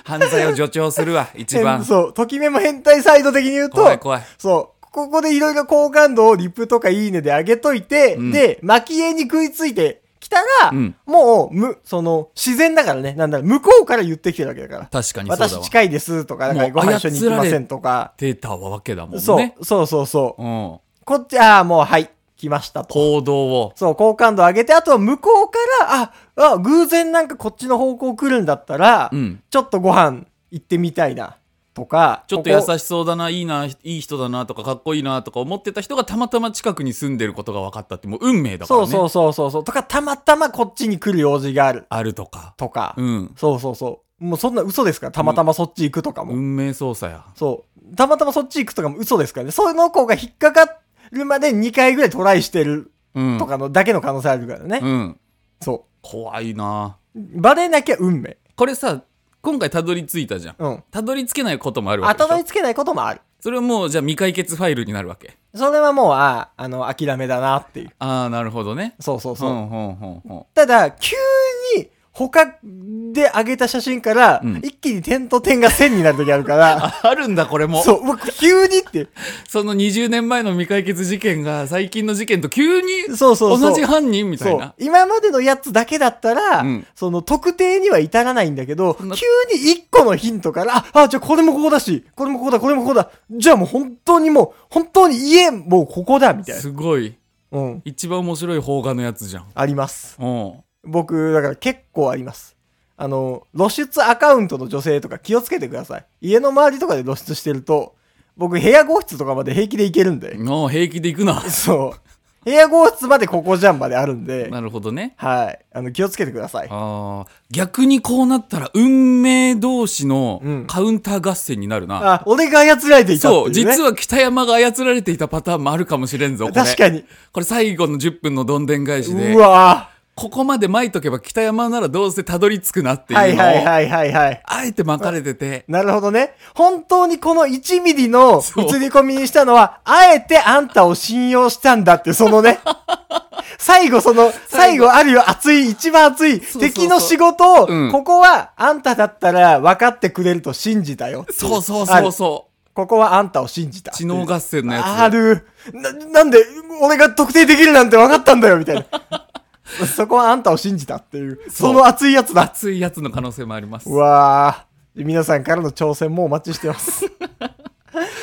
Speaker 1: 犯罪を助長する
Speaker 2: [LAUGHS]
Speaker 1: わ一番
Speaker 2: そう、ときめも変態サイド的に言うと、
Speaker 1: 怖い怖い
Speaker 2: そう。ここでいろいろ好感度をリプとかいいねで上げといて、
Speaker 1: うん
Speaker 2: で、蒔絵に食いついてきたら、
Speaker 1: うん
Speaker 2: もう、む、その、自然だからね、なんだろう、向こうから言ってきてるわけだから。
Speaker 1: 確かにそうだわ
Speaker 2: 私近いですとか、なんか
Speaker 1: もう
Speaker 2: ご飯一緒に行きませんとか。
Speaker 1: データはわけだもんね
Speaker 2: そう、そうそうそう。
Speaker 1: うん、
Speaker 2: こっち、ああ、もう、はい、来ましたと。
Speaker 1: 行動を
Speaker 2: そう、好感度上げて、あとは向こうから、あ、あ、偶然なんかこっちの方向来るんだったら、
Speaker 1: うん
Speaker 2: ちょっとご飯行ってみたいな、とか。
Speaker 1: ちょっと
Speaker 2: こ
Speaker 1: 優
Speaker 2: こ
Speaker 1: しそうだな、いいな、いい人だなとか、かっこいいなとか思ってた人がたまたま近くに住んでることが分かったって、もう運命だから
Speaker 2: そ
Speaker 1: ね。
Speaker 2: うそうそうそうそう。とか、たまたまこっちに来る用事がある
Speaker 1: あるとか。
Speaker 2: とか。
Speaker 1: うん。
Speaker 2: そうそうそう。もうそんな嘘ですから、たまたまそっち行くとかも。
Speaker 1: 運命操作や。
Speaker 2: そう。たまたまそっち行くとかも嘘ですからね。その子が引っかかるまで2回ぐらいトライしてる
Speaker 1: うん。
Speaker 2: とかのだけの可能性あるからね。
Speaker 1: うん。
Speaker 2: そ
Speaker 1: 怖いな。
Speaker 2: う。バレなきゃ運命。
Speaker 1: これさ、今回たどり着いたじゃん。
Speaker 2: うん。
Speaker 1: たどり着けないこともあるわ
Speaker 2: あ
Speaker 1: けで
Speaker 2: た
Speaker 1: し
Speaker 2: どり
Speaker 1: ょ。
Speaker 2: つけないこともある。
Speaker 1: それはもう、じゃあ未解決ファイルになるわけ。
Speaker 2: それはもう、ああ、の、諦めだなっていう。
Speaker 1: ああ、なるほどね。
Speaker 2: そうそう
Speaker 1: ほ
Speaker 2: そう。
Speaker 1: んほんほんほん。
Speaker 2: ただ、急に他で上げた写真から、
Speaker 1: うん
Speaker 2: 一気に点と点が線になる時あるから、
Speaker 1: [LAUGHS] あるんだこれも
Speaker 2: そう、うわ急にって、
Speaker 1: その20年前の未解決事件が最近の事件と急に
Speaker 2: そうそうそう。
Speaker 1: 同じ犯人みたい
Speaker 2: そ
Speaker 1: な
Speaker 2: う。今までのやつだけだったら、
Speaker 1: うん
Speaker 2: その特定には至らないんだけど、急
Speaker 1: な
Speaker 2: に一個のヒントから、あ、あ、じゃあこれもここだし、これもここだ、これもここだ。じゃあもう本当にもう、本当に家、もうここだ、みたいな。
Speaker 1: すごい
Speaker 2: うん。
Speaker 1: 一番面白い邦画のやつじゃん
Speaker 2: あります。
Speaker 1: うん
Speaker 2: 僕、だから結構あります。あの、露出アカウントの女性とか気をつけてください。家の周りとかで露出してると、僕部屋号室とかまで平気で行けるんで。
Speaker 1: もう平気で行く [LAUGHS] な
Speaker 2: そう。部屋号室までここじゃんまであるんで、
Speaker 1: なるほどね
Speaker 2: はい。あの、気をつけてください。
Speaker 1: あー逆にこうなったら運命同士
Speaker 2: う
Speaker 1: の
Speaker 2: ん
Speaker 1: カウンター合戦になるな、
Speaker 2: あ、俺が操られていたって
Speaker 1: そ
Speaker 2: い、
Speaker 1: うう
Speaker 2: ね。
Speaker 1: 実は北山が操られていたパターンもあるかもしれんぞこれ
Speaker 2: 確かに。
Speaker 1: これ最後の10分のどんでん返しで
Speaker 2: うわ
Speaker 1: ここまで巻いとけば北山ならどうせたどり着くなって
Speaker 2: ぁ
Speaker 1: いうの
Speaker 2: は
Speaker 1: を、
Speaker 2: いはいはいはいはい。
Speaker 1: あえて巻かれてて
Speaker 2: なるほどね。本当にこの1ミリの
Speaker 1: そう
Speaker 2: 映り込みにしたのは、あえてあんたを信用したんだって、そ
Speaker 1: [LAUGHS]
Speaker 2: のね。最後その、最
Speaker 1: 最後
Speaker 2: 後あるよ、熱い、一番熱い
Speaker 1: そうそう
Speaker 2: 敵の仕事を、
Speaker 1: うん
Speaker 2: ここはあんただったら分かってくれると信じたよってい。
Speaker 1: そうそう
Speaker 2: あ
Speaker 1: そう
Speaker 2: る
Speaker 1: そ
Speaker 2: ここはあんたを信じた。
Speaker 1: う知能合戦のやつ
Speaker 2: ある。な、なんで、俺が特定できるなんて分かったんだよ、みたいな。
Speaker 1: [LAUGHS]
Speaker 2: そこはあんたを信じたっていう、
Speaker 1: そう
Speaker 2: その熱いやつだ。
Speaker 1: 熱いやつの可能性もあります
Speaker 2: うわー皆さんからの挑戦もお待ちし
Speaker 1: [LAUGHS]
Speaker 2: てます。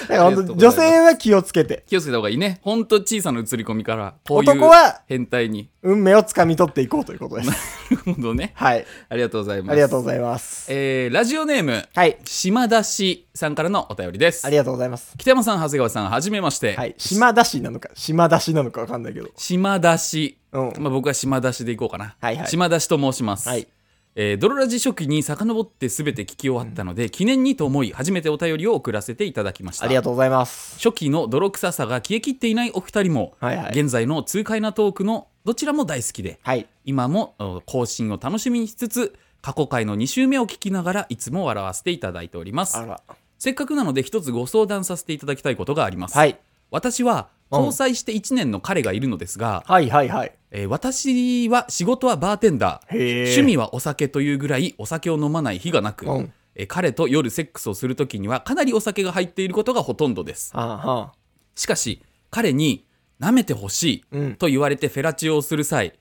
Speaker 2: だから本当女性は気をつけて、
Speaker 1: 気をつけた方がいいねほんと小さな映り込みからこういう
Speaker 2: 男は
Speaker 1: 変態に [LAUGHS]
Speaker 2: 運命をつかみ取っていこうということです。
Speaker 1: なるほどね
Speaker 2: はい。
Speaker 1: ありがとうございます
Speaker 2: ありがとうございます。
Speaker 1: えーラジオネーム
Speaker 2: はい。
Speaker 1: 島田氏さんからのお便りです
Speaker 2: ありがとうございます。
Speaker 1: 北山さん長谷川さんはじめまして、
Speaker 2: はい。島田市なのか、島田市なのかわかんないけど。
Speaker 1: 島田氏、
Speaker 2: うん
Speaker 1: まあ、僕は島田氏でいこうかな、
Speaker 2: はいはい
Speaker 1: 島田氏と申します、
Speaker 2: はい
Speaker 1: えードロラジ初期に遡って全て聞き終わったので、記念にと思い初めてお便りを送らせていただきました
Speaker 2: ありがとうございます。
Speaker 1: 初期の泥臭さが消えきっていないお二人も、
Speaker 2: はいはい
Speaker 1: 現在の痛快なトークのどちらも大好きで
Speaker 2: はい。
Speaker 1: 今もお更新を楽しみにしつつ過去回の2週目を聞きながらいつも笑わせていただいております
Speaker 2: あら。
Speaker 1: せっかくなので一つご相談させていただきたいことがあります、
Speaker 2: はい。
Speaker 1: 私は
Speaker 2: うん
Speaker 1: 交際して1年の彼がいるのですが、
Speaker 2: はいはいはい。
Speaker 1: えー私は仕事はバーテンダー
Speaker 2: へー
Speaker 1: 趣味はお酒というぐらいお酒を飲まない日がなく、
Speaker 2: うん
Speaker 1: えー彼と夜セックスをするときにはかなりお酒が入っていることがほとんどです
Speaker 2: はあはあ。
Speaker 1: しかし彼に「舐めてほし
Speaker 2: う
Speaker 1: い
Speaker 2: ん」
Speaker 1: と言われてフェラチオをする際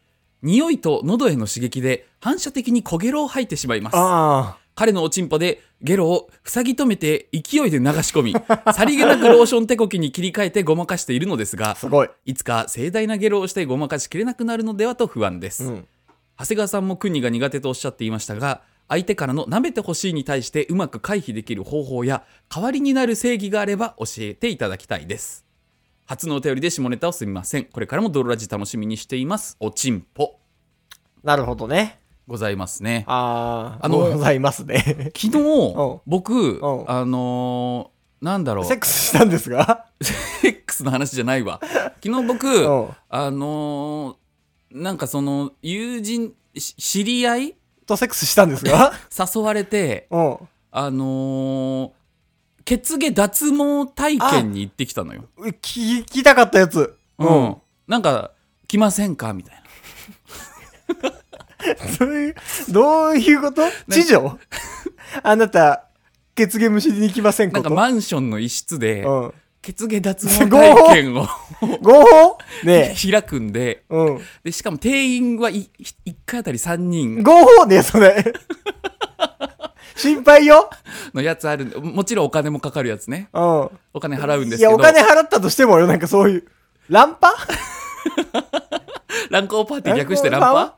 Speaker 1: 匂いと喉への刺激で反射的に小ゲロを吐いてしまいます
Speaker 2: あ
Speaker 1: 彼のおちんぽでゲロを塞ぎ止めて勢いで流し込
Speaker 2: [LAUGHS]
Speaker 1: みさりげなくローション手こきに切り替えてごまかしているのですが
Speaker 2: あ。すごい。
Speaker 1: いつか盛大なゲロをしてごまかしきれなくなるのではと不安です、
Speaker 2: うん。
Speaker 1: 長谷川さんも国が苦手とおっしゃっていましたが相手からの舐めてほしいに対してうまく回避できる方法や代わりになる正義があれば教えていただきたいです初のお便りで下ネタをすみませんこれからもドロラジ楽しみにしていますおちんぽ
Speaker 2: なるほどね。
Speaker 1: ございますね
Speaker 2: ああ。
Speaker 1: あの
Speaker 2: ございますね。
Speaker 1: 昨
Speaker 2: うん
Speaker 1: 日僕
Speaker 2: うん
Speaker 1: あのーなんだろう
Speaker 2: [LAUGHS] セックスしたんですが
Speaker 1: セックスの話じゃないわ昨日僕
Speaker 2: うん。
Speaker 1: あのーなんかその友人し知り合い
Speaker 2: とセックスしたんですが
Speaker 1: 誘われて
Speaker 2: うん。
Speaker 1: あのー、血毛脱毛体験に行ってきたのよ。
Speaker 2: 聞きたかったやつ。
Speaker 1: うん。なんか、来ませんかみたいな。
Speaker 2: どういう、どういうこと知女 [LAUGHS] あなた、血毛虫に行きません
Speaker 1: な
Speaker 2: こ
Speaker 1: んか
Speaker 2: と
Speaker 1: マンションの一室で、
Speaker 2: うん。
Speaker 1: 血毛脱
Speaker 2: す
Speaker 1: 毛
Speaker 2: ごい
Speaker 1: 体験を
Speaker 2: 合法ね
Speaker 1: [LAUGHS] 開くんで、
Speaker 2: え。うん。
Speaker 1: で、しかも定員はいひ一回あたり3人
Speaker 2: 合法ねえ、
Speaker 1: [LAUGHS]
Speaker 2: それ。心配よ。
Speaker 1: のやつあるんで、もちろんお金もかかるやつね。
Speaker 2: うん。
Speaker 1: お金払うんです
Speaker 2: い
Speaker 1: けど、
Speaker 2: や、お金払ったとしてもよ、なんかそういう。ランパ
Speaker 1: 乱交パーティー略してランパ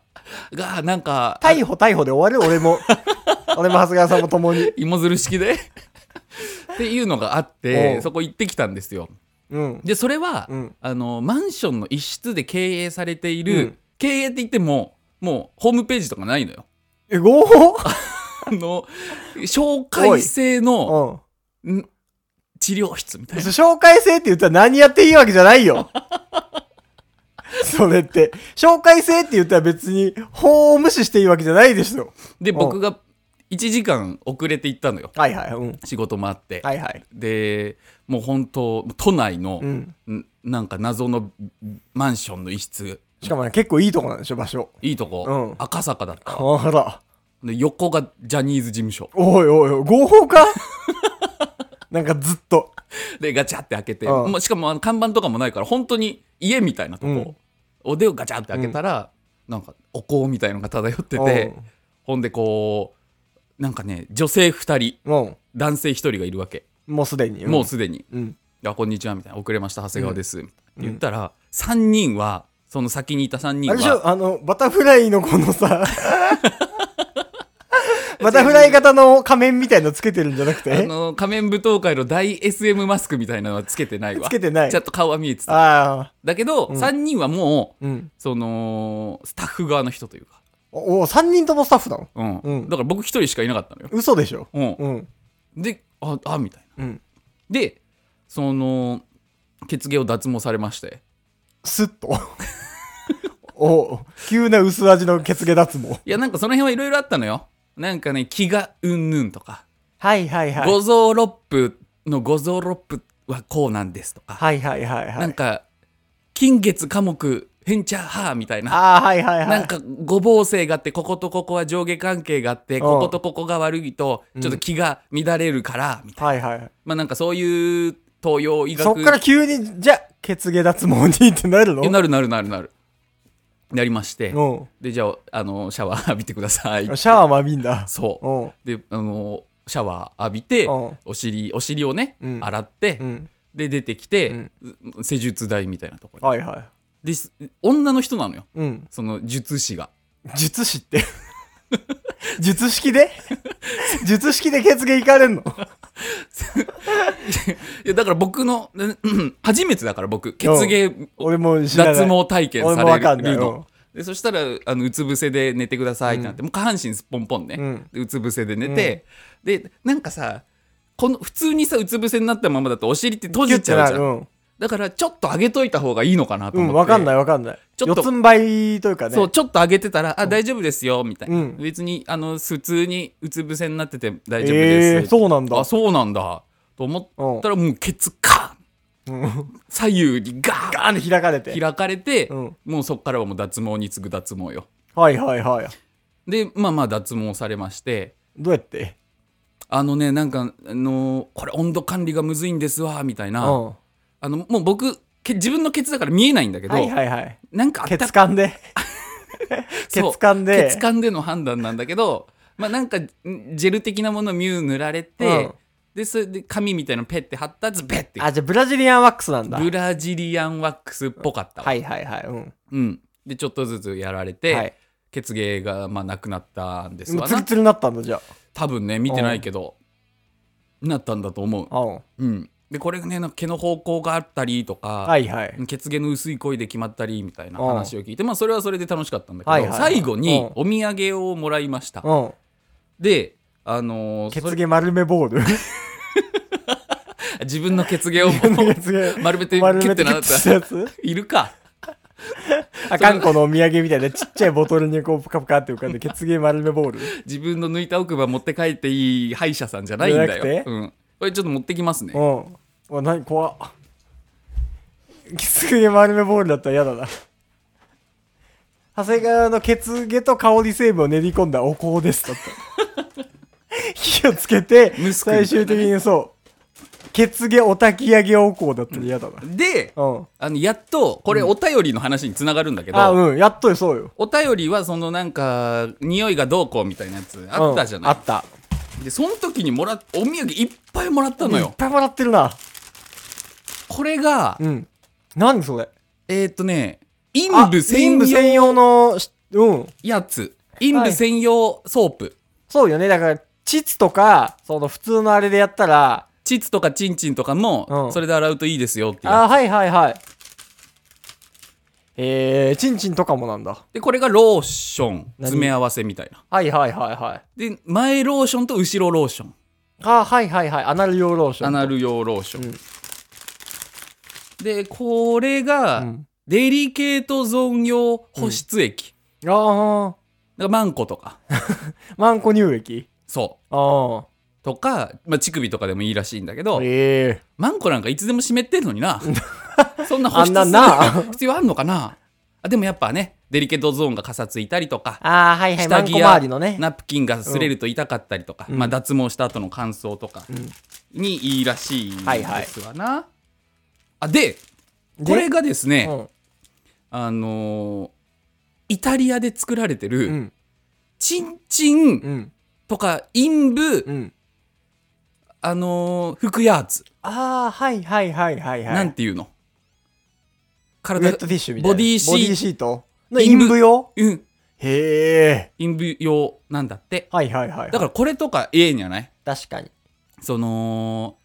Speaker 1: が、なんか、
Speaker 2: 逮捕、逮捕で終わる俺
Speaker 1: [LAUGHS]
Speaker 2: も。俺も長谷川さんも共に。
Speaker 1: 芋づる式で [LAUGHS] っていうのがあって、
Speaker 2: おう
Speaker 1: そこ行ってきたんですよ。
Speaker 2: うん。
Speaker 1: でそれは、
Speaker 2: うん
Speaker 1: あのマンションの一室で経営されている、
Speaker 2: うん
Speaker 1: 経営って言ってももうホームページとかないのよ [LAUGHS]
Speaker 2: え、合法
Speaker 1: あの紹介制の
Speaker 2: うん。
Speaker 1: ん治療室みたいな
Speaker 2: 紹介制って言ったら何やっていいわけじゃないよ。それって。紹介制って言ったら別に法を無視していいわけじゃないですよ。
Speaker 1: で
Speaker 2: お
Speaker 1: 僕が1時間遅れて行ったのよ
Speaker 2: はいはい。うん。
Speaker 1: 仕事もあって、
Speaker 2: はいはい。
Speaker 1: でもう本当都内の
Speaker 2: う、ん。
Speaker 1: んなんか謎のマンションの一室
Speaker 2: しかもね、結構いいとこなんでしょ、場所。
Speaker 1: いいとこ、
Speaker 2: うん
Speaker 1: 赤坂だった
Speaker 2: ほら。
Speaker 1: で横がジャニーズ事務所
Speaker 2: おいおいおい、合法
Speaker 1: [LAUGHS]
Speaker 2: かなんかずっと。
Speaker 1: でガチャって開けて、
Speaker 2: うん
Speaker 1: まあしかもあの看板とかもないから本当に家みたいなとこをでガチャって開けたら、なんかお香みたいのが漂ってて、ほんでこうなんかね女性2人
Speaker 2: うん、も
Speaker 1: 男性1人がいるわけ、
Speaker 2: う、もうすでに。ん
Speaker 1: もうすでに
Speaker 2: うん。
Speaker 1: 「あこんにちは」みたいな「遅れました長谷川です」みたいな言ったら、3人はその先にいた3人
Speaker 2: あれでし
Speaker 1: は
Speaker 2: ょ、あの、バタフライのこ
Speaker 1: [LAUGHS]
Speaker 2: のさ、バタフライ型の仮面みたいのつけてるんじゃなく
Speaker 1: あ
Speaker 2: て
Speaker 1: の仮面舞踏会の大 SM マスクみたいなのはつけてないわ
Speaker 2: つけてない
Speaker 1: ちゃんと顔は見えてた
Speaker 2: ああ、
Speaker 1: だけど、
Speaker 2: ん
Speaker 1: 3人はもう
Speaker 2: うん。
Speaker 1: そのスタッフ側の人というか、
Speaker 2: お、お3人ともスタッフなの
Speaker 1: うん
Speaker 2: うん
Speaker 1: だから僕1人しかいなかったのよ、
Speaker 2: 嘘でしょ
Speaker 1: うん
Speaker 2: うん。
Speaker 1: でああみたいな
Speaker 2: うん。
Speaker 1: でその血芸を脱毛されまして
Speaker 2: スッと。
Speaker 1: [LAUGHS]
Speaker 2: お急な薄味の血毛脱毛。
Speaker 1: いやなんかその辺はいろいろあったのよなんかね気がうんぬんとか
Speaker 2: はいはいは
Speaker 1: 五
Speaker 2: い。
Speaker 1: 臓六腑の五臓六腑はこうなんですとか、
Speaker 2: はいはいはいは
Speaker 1: なん
Speaker 2: い。
Speaker 1: か金月火木変茶ハみたいな
Speaker 2: ああ、はいはいはい。
Speaker 1: なんか五芒星があってこことここは上下関係があって
Speaker 2: ん
Speaker 1: こことここが悪いと
Speaker 2: うん
Speaker 1: ちょっと気が乱れるからみたいな、
Speaker 2: はいはい。
Speaker 1: まあなんかそういう東洋医学
Speaker 2: そっから急に、じゃ、血毛脱毛にってなるの
Speaker 1: えなるなるなるなるなりまして
Speaker 2: うん。
Speaker 1: でじゃああのシャワー浴びてください
Speaker 2: シャワーも浴びんだ。
Speaker 1: そう
Speaker 2: うん。
Speaker 1: であのシャワー浴びて
Speaker 2: うん
Speaker 1: お尻お尻をね
Speaker 2: うん
Speaker 1: 洗って
Speaker 2: うん。
Speaker 1: で出てきて施術台みたいなところ
Speaker 2: はいはい。
Speaker 1: にです女の人なのよ
Speaker 2: うん。
Speaker 1: その術師が
Speaker 2: 術師って術式で術式で血芸いかれんの
Speaker 1: いやだから僕のうん [CLEARS THROAT] 初めてだから僕血芸
Speaker 2: 俺も知らない
Speaker 1: 脱毛体験
Speaker 2: 俺
Speaker 1: さ
Speaker 2: もわかん
Speaker 1: れ
Speaker 2: ない
Speaker 1: るの。でそしたらあのうつ伏せで寝てくださいってなって、もう下半身すっぽんぽんね、
Speaker 2: うん
Speaker 1: でうつ伏せで寝て、でなんかさこの普通にさうつ伏せになったままだとお尻って閉
Speaker 2: キュ
Speaker 1: じ
Speaker 2: ッ
Speaker 1: ち
Speaker 2: て
Speaker 1: ゃう
Speaker 2: な
Speaker 1: じゃ
Speaker 2: る
Speaker 1: ん、
Speaker 2: うん
Speaker 1: だからちょっと上げといた方がいいのかなと
Speaker 2: う
Speaker 1: 思って、
Speaker 2: んわかんないわかんない
Speaker 1: ちょっ
Speaker 2: 四
Speaker 1: と
Speaker 2: つん這いというかね
Speaker 1: そうちょっと上げてたら「あ大丈夫ですよ」みたいな、
Speaker 2: うん
Speaker 1: 別にあの普通にうつ伏せになってて大丈夫
Speaker 2: え
Speaker 1: で
Speaker 2: ー
Speaker 1: す、
Speaker 2: そうなんだ
Speaker 1: あそうなんだと思ったらもうケツカーン
Speaker 2: うん
Speaker 1: 左右にガーン
Speaker 2: ガーンって開かれて
Speaker 1: 開かれて、
Speaker 2: うん
Speaker 1: もうそこからはもう脱毛に次ぐ脱毛よ
Speaker 2: はいはいはい
Speaker 1: でまあまあ脱毛されまして
Speaker 2: どうやって
Speaker 1: あのねなんか、あのーこれ温度管理がむずいんですわみたいうな、
Speaker 2: んは
Speaker 1: あのもう僕け自分のケツだから見えないんだけど、
Speaker 2: いはいはい
Speaker 1: なんかあった
Speaker 2: 血管で
Speaker 1: [LAUGHS] そう
Speaker 2: 血管で
Speaker 1: 血管での判断なんだけど、 [LAUGHS] まあ、なんかんジェル的なものミュー塗られて、
Speaker 2: うん
Speaker 1: でそれで紙みたいなのペッて貼ったやつペッて
Speaker 2: あじゃあブラジリアンワックスなんだ
Speaker 1: ブラジリアンワックスっぽかったわ、
Speaker 2: はいはいはいうん
Speaker 1: うん、でちょっとずつやられて、
Speaker 2: はい
Speaker 1: 血芸がまあなくなったんです
Speaker 2: もう
Speaker 1: わ
Speaker 2: ツル
Speaker 1: な
Speaker 2: ツルになったんだじゃ
Speaker 1: 多分ね見てないけど、なったんだと思う
Speaker 2: あうん
Speaker 1: うん、でこれがねなんか毛の方向があったりとか、
Speaker 2: はいはい
Speaker 1: 血毛の薄い声で決まったりみたいな
Speaker 2: うん
Speaker 1: 話を聞いて、まあ、それはそれで楽しかったんだけど、
Speaker 2: はいはい
Speaker 1: 最後に
Speaker 2: う
Speaker 1: お土産をもらいました、
Speaker 2: うん
Speaker 1: で、あのーそ
Speaker 2: 血
Speaker 1: れ
Speaker 2: 毛丸めボール
Speaker 1: 自分の血
Speaker 2: [LAUGHS]
Speaker 1: 毛を
Speaker 2: 血毛
Speaker 1: 丸めて
Speaker 2: 丸
Speaker 1: キュ
Speaker 2: め
Speaker 1: ッて
Speaker 2: てキ
Speaker 1: なっ
Speaker 2: ュッ
Speaker 1: た
Speaker 2: てしたやつ
Speaker 1: いるか
Speaker 2: あかんこのお土産みたいなちっちゃいボトルにこうぷかぷかって
Speaker 1: [LAUGHS]
Speaker 2: 浮かんで血芸丸めボール
Speaker 1: 自分の抜いた奥歯持って帰っていい歯医者さんじゃないんだ
Speaker 2: じゃな
Speaker 1: よ
Speaker 2: く、て
Speaker 1: うん、これちょっと持ってきますね
Speaker 2: うんうわ何怖っ血芸丸めボールだったら嫌だな長谷川の血毛と香り成分を練り込んだお香ですだった
Speaker 1: [LAUGHS]
Speaker 2: 火をつけて
Speaker 1: 蒸すくみたいなね
Speaker 2: 最終的にそう血毛お焚き上げお香だったら嫌だな
Speaker 1: で
Speaker 2: うん
Speaker 1: あのやっとこれお便りの話につながるんだけど、
Speaker 2: あうんやっとよそうよ
Speaker 1: お便りはそのなんか匂いがどうこうみたいなやつあったじゃない、
Speaker 2: うんあった
Speaker 1: でその時にもらっお土産いっぱいもらったの
Speaker 2: いっ
Speaker 1: よ
Speaker 2: ぱいもらってるな
Speaker 1: これが
Speaker 2: うん何それ
Speaker 1: えーっ、とね陰
Speaker 2: あ
Speaker 1: 部専
Speaker 2: 陰部
Speaker 1: 用
Speaker 2: 専用のしうん
Speaker 1: やつ陰部専用ソープ
Speaker 2: そうよねだから膣とかその普通のあれでやったら
Speaker 1: 膣とかチンチンとか
Speaker 2: う
Speaker 1: も
Speaker 2: ん
Speaker 1: それで洗うといいですよっていう
Speaker 2: あはいはいはいえー、チンチンとかもなんだ
Speaker 1: でこれがローション
Speaker 2: 何
Speaker 1: 詰め合わせみたいな
Speaker 2: はいはいはいはい
Speaker 1: で前ローションと後ろローション
Speaker 2: あはいはいはいアナル用ローション
Speaker 1: アナル用ローション、
Speaker 2: うん
Speaker 1: でこれが、
Speaker 2: うん
Speaker 1: デリケートゾーン用保湿液、
Speaker 2: あー
Speaker 1: だからマンコとか
Speaker 2: マンコ乳液
Speaker 1: そう
Speaker 2: あー
Speaker 1: とか、まあ、乳首とかでもいいらしいんだけど、
Speaker 2: え [LAUGHS]
Speaker 1: マンコなんかいつでも湿ってるのになそんな保湿 [LAUGHS]
Speaker 2: あんなな
Speaker 1: する必要あんのかなあでもやっぱねデリケートゾーンがかさついたりとか
Speaker 2: ああ、はいはい。マ
Speaker 1: 下
Speaker 2: ン
Speaker 1: 着
Speaker 2: コ周
Speaker 1: や
Speaker 2: りのね。
Speaker 1: ナプキンが擦れると痛かったりとか、
Speaker 2: うん
Speaker 1: まあ、脱毛した後の乾燥とかにいいらしいん
Speaker 2: はいはい
Speaker 1: ですわな。あで
Speaker 2: で
Speaker 1: これがですね、
Speaker 2: うん。
Speaker 1: あのーイタリアで作られて
Speaker 2: う
Speaker 1: る、
Speaker 2: ん。
Speaker 1: チンチン
Speaker 2: うん。
Speaker 1: とか陰部、
Speaker 2: うん。
Speaker 1: あのー、服やーつ、
Speaker 2: ああ、はいはいはいはいはい。
Speaker 1: なんていうの
Speaker 2: ウ
Speaker 1: 体
Speaker 2: ェ
Speaker 1: が
Speaker 2: ットティッシュみたいな。
Speaker 1: ボディシート
Speaker 2: ボディシート。の
Speaker 1: 陰
Speaker 2: 陰
Speaker 1: 部
Speaker 2: 部用
Speaker 1: うん、
Speaker 2: へえ。
Speaker 1: 陰部用なんだって。
Speaker 2: はいはいはい。
Speaker 1: だからこれとかええんじゃない
Speaker 2: ら、確かに。
Speaker 1: その、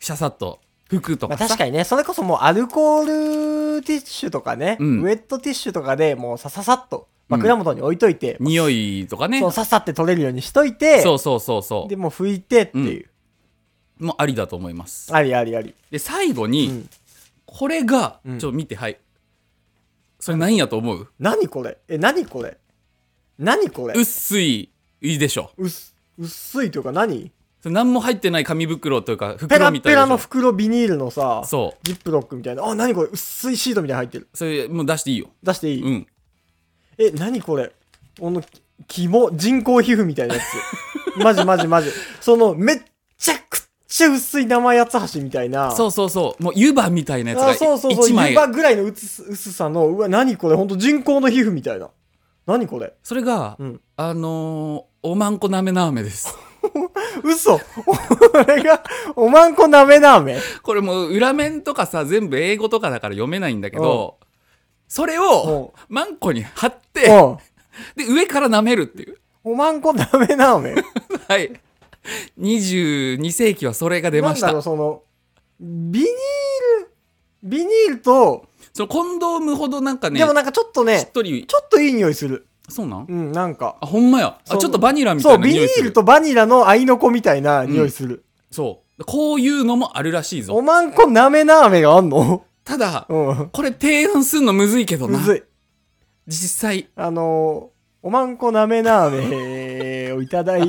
Speaker 1: シャサッと服と
Speaker 2: ま
Speaker 1: か
Speaker 2: あ、
Speaker 1: さ、
Speaker 2: 確かにね、それこそもうアルコールティッシュとかね、
Speaker 1: うん
Speaker 2: ウェットティッシュとかでもうさささっと枕元に置いといて、
Speaker 1: 匂いとかね
Speaker 2: そ。うさっさって取れるようにしといて、
Speaker 1: そうそうそうそ
Speaker 2: でもう拭いてっていう。
Speaker 1: う。もうありだと思います。
Speaker 2: ありありあり。
Speaker 1: で、最後
Speaker 2: う
Speaker 1: に、
Speaker 2: ん、
Speaker 1: これが、
Speaker 2: うん
Speaker 1: ちょっと見て、はい。それ何やと思う
Speaker 2: 何これえ、何これ何これ
Speaker 1: 薄い、いいでしょ。
Speaker 2: うっす薄いというか何
Speaker 1: それ何も入ってない紙袋というか、
Speaker 2: ペ
Speaker 1: 袋
Speaker 2: ラ
Speaker 1: み
Speaker 2: ッ
Speaker 1: たい
Speaker 2: ペ
Speaker 1: な
Speaker 2: ラ。の袋ビニールのさ、
Speaker 1: そ
Speaker 2: ジップロックみたいな。あ、何これ薄いシートみたいなの入ってる。
Speaker 1: う。それ、もう出していいよ。
Speaker 2: 出していい、
Speaker 1: うん。
Speaker 2: え、何これこの、キモ、人工皮膚みたいなや
Speaker 1: [LAUGHS]
Speaker 2: つ。マジマジマジ。その、めっちゃくちゃ薄い生八つ橋みたいな。
Speaker 1: そうそうそう。もう湯葉みたいなやつが
Speaker 2: あそうそうそう。
Speaker 1: 一枚
Speaker 2: 湯。葉ぐらいの薄薄さの、うわ、何これほんと人工の皮膚みたいな。何これ
Speaker 1: それが、
Speaker 2: うん
Speaker 1: あのーおまんこなめなめです。
Speaker 2: 嘘 [LAUGHS] 俺が、おまんこなめなめ。
Speaker 1: これもう裏面とかさ、全部英語とかだから読めないんだけど、それをまんこに貼って、
Speaker 2: うん。
Speaker 1: で、上から舐めるっていう。
Speaker 2: おまんこなめなめ。
Speaker 1: はい。22世紀はそれが [LAUGHS] 出まし
Speaker 2: なんだろ
Speaker 1: た。
Speaker 2: う、その、ビニール、ビニールと、
Speaker 1: そのコンドームほどなんかね、
Speaker 2: でもなんかちょっと
Speaker 1: し
Speaker 2: ね
Speaker 1: っ、とり、
Speaker 2: ちょっといい匂いする。
Speaker 1: そうなん
Speaker 2: うん、なんか。
Speaker 1: あ、ほんまや。
Speaker 2: そ
Speaker 1: あ、
Speaker 2: う
Speaker 1: ちょっとバニラみた
Speaker 2: そ、
Speaker 1: いうな
Speaker 2: ビニ
Speaker 1: 匂いす
Speaker 2: ール
Speaker 1: る。
Speaker 2: とバニラの合いの子みたいな匂いする。
Speaker 1: そう。こういうのもあるらしいぞ。
Speaker 2: おまんこなめなめがあんの
Speaker 1: ただ、
Speaker 2: うん。
Speaker 1: これ提案すんのむずいけど
Speaker 2: む
Speaker 1: な。
Speaker 2: ずい。
Speaker 1: 実際、
Speaker 2: あのー、おまんこなめなめをいただき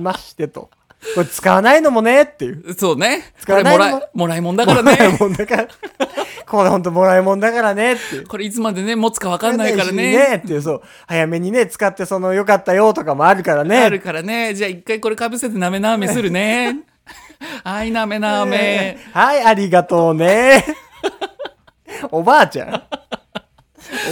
Speaker 2: まし
Speaker 1: [LAUGHS]
Speaker 2: てと。これ使わないのもねっていう。
Speaker 1: そうね。こ
Speaker 2: 使わ
Speaker 1: れ
Speaker 2: ない
Speaker 1: も
Speaker 2: も
Speaker 1: ら
Speaker 2: の
Speaker 1: い、もらいもんだからね。
Speaker 2: もらえもんだから。これほんともらいもんだからねっていう。
Speaker 1: これいつまでね、持つか分かんないからね。
Speaker 2: ねっていう、そう。早めにね、使ってその良かったよとかもあるからね。
Speaker 1: あるからね。じゃあ一回これかぶせてなめなめする
Speaker 2: [LAUGHS]
Speaker 1: ね。はい、なめなめ。
Speaker 2: はい、ありがとう
Speaker 1: [LAUGHS]
Speaker 2: ね。おばあちゃん。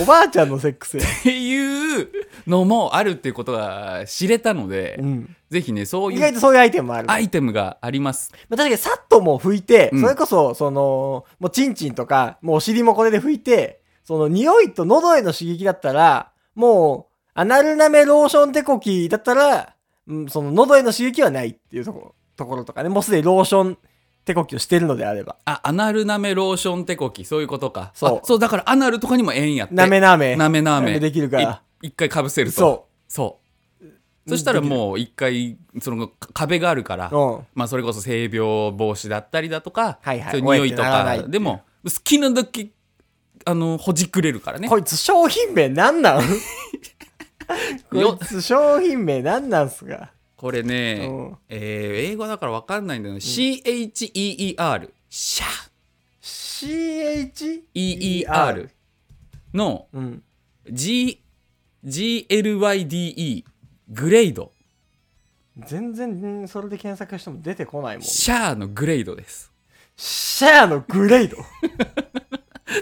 Speaker 2: おばあちゃんのセックスや。
Speaker 1: っていうのもあるっていうことが知れたので、
Speaker 2: うん。
Speaker 1: ぜひね、そう
Speaker 2: 意
Speaker 1: い
Speaker 2: 外
Speaker 1: う
Speaker 2: とそういうアイテムもある。
Speaker 1: アイテムがあります。
Speaker 2: まあ、確かにさっともう拭いて、
Speaker 1: うん
Speaker 2: それこそ、その、もうチンチンとか、もうお尻もこれで拭いて、その匂いと喉への刺激だったら、もう、アナルナメローション手こきだったら、うん、その喉への刺激はないっていうとこところとかね、もうすでにローション手こきをしてるのであれば。
Speaker 1: あ、アナルなめローション手こき、そういうことか。
Speaker 2: そう
Speaker 1: あそう、だからアナルとかにもええんやって。
Speaker 2: なめなめ。
Speaker 1: なめな
Speaker 2: な
Speaker 1: め。
Speaker 2: めできるから
Speaker 1: い一回かぶせると。。
Speaker 2: そう
Speaker 1: そう。そしたらもう一回、そのか壁があるから
Speaker 2: う。、うん。
Speaker 1: まあ、それこそ性病防止だったりだとか、
Speaker 2: はいはい
Speaker 1: そうう匂いと
Speaker 2: おえってならない
Speaker 1: か
Speaker 2: っていう
Speaker 1: でも好きなだけあのほじくれるからね
Speaker 2: こいつ商品名なんなん
Speaker 1: よ
Speaker 2: こいつ商品名なんなんすか
Speaker 1: これね、
Speaker 2: うん
Speaker 1: えー英語だから分かんないんだよね、CHEER シャ
Speaker 2: ?CH?
Speaker 1: EER の
Speaker 2: うん。
Speaker 1: G GLYDE グレード
Speaker 2: 全然、うんそれで検索しても出てこないもん。シ
Speaker 1: シャーのグレードです
Speaker 2: ャアのグレード。
Speaker 1: っ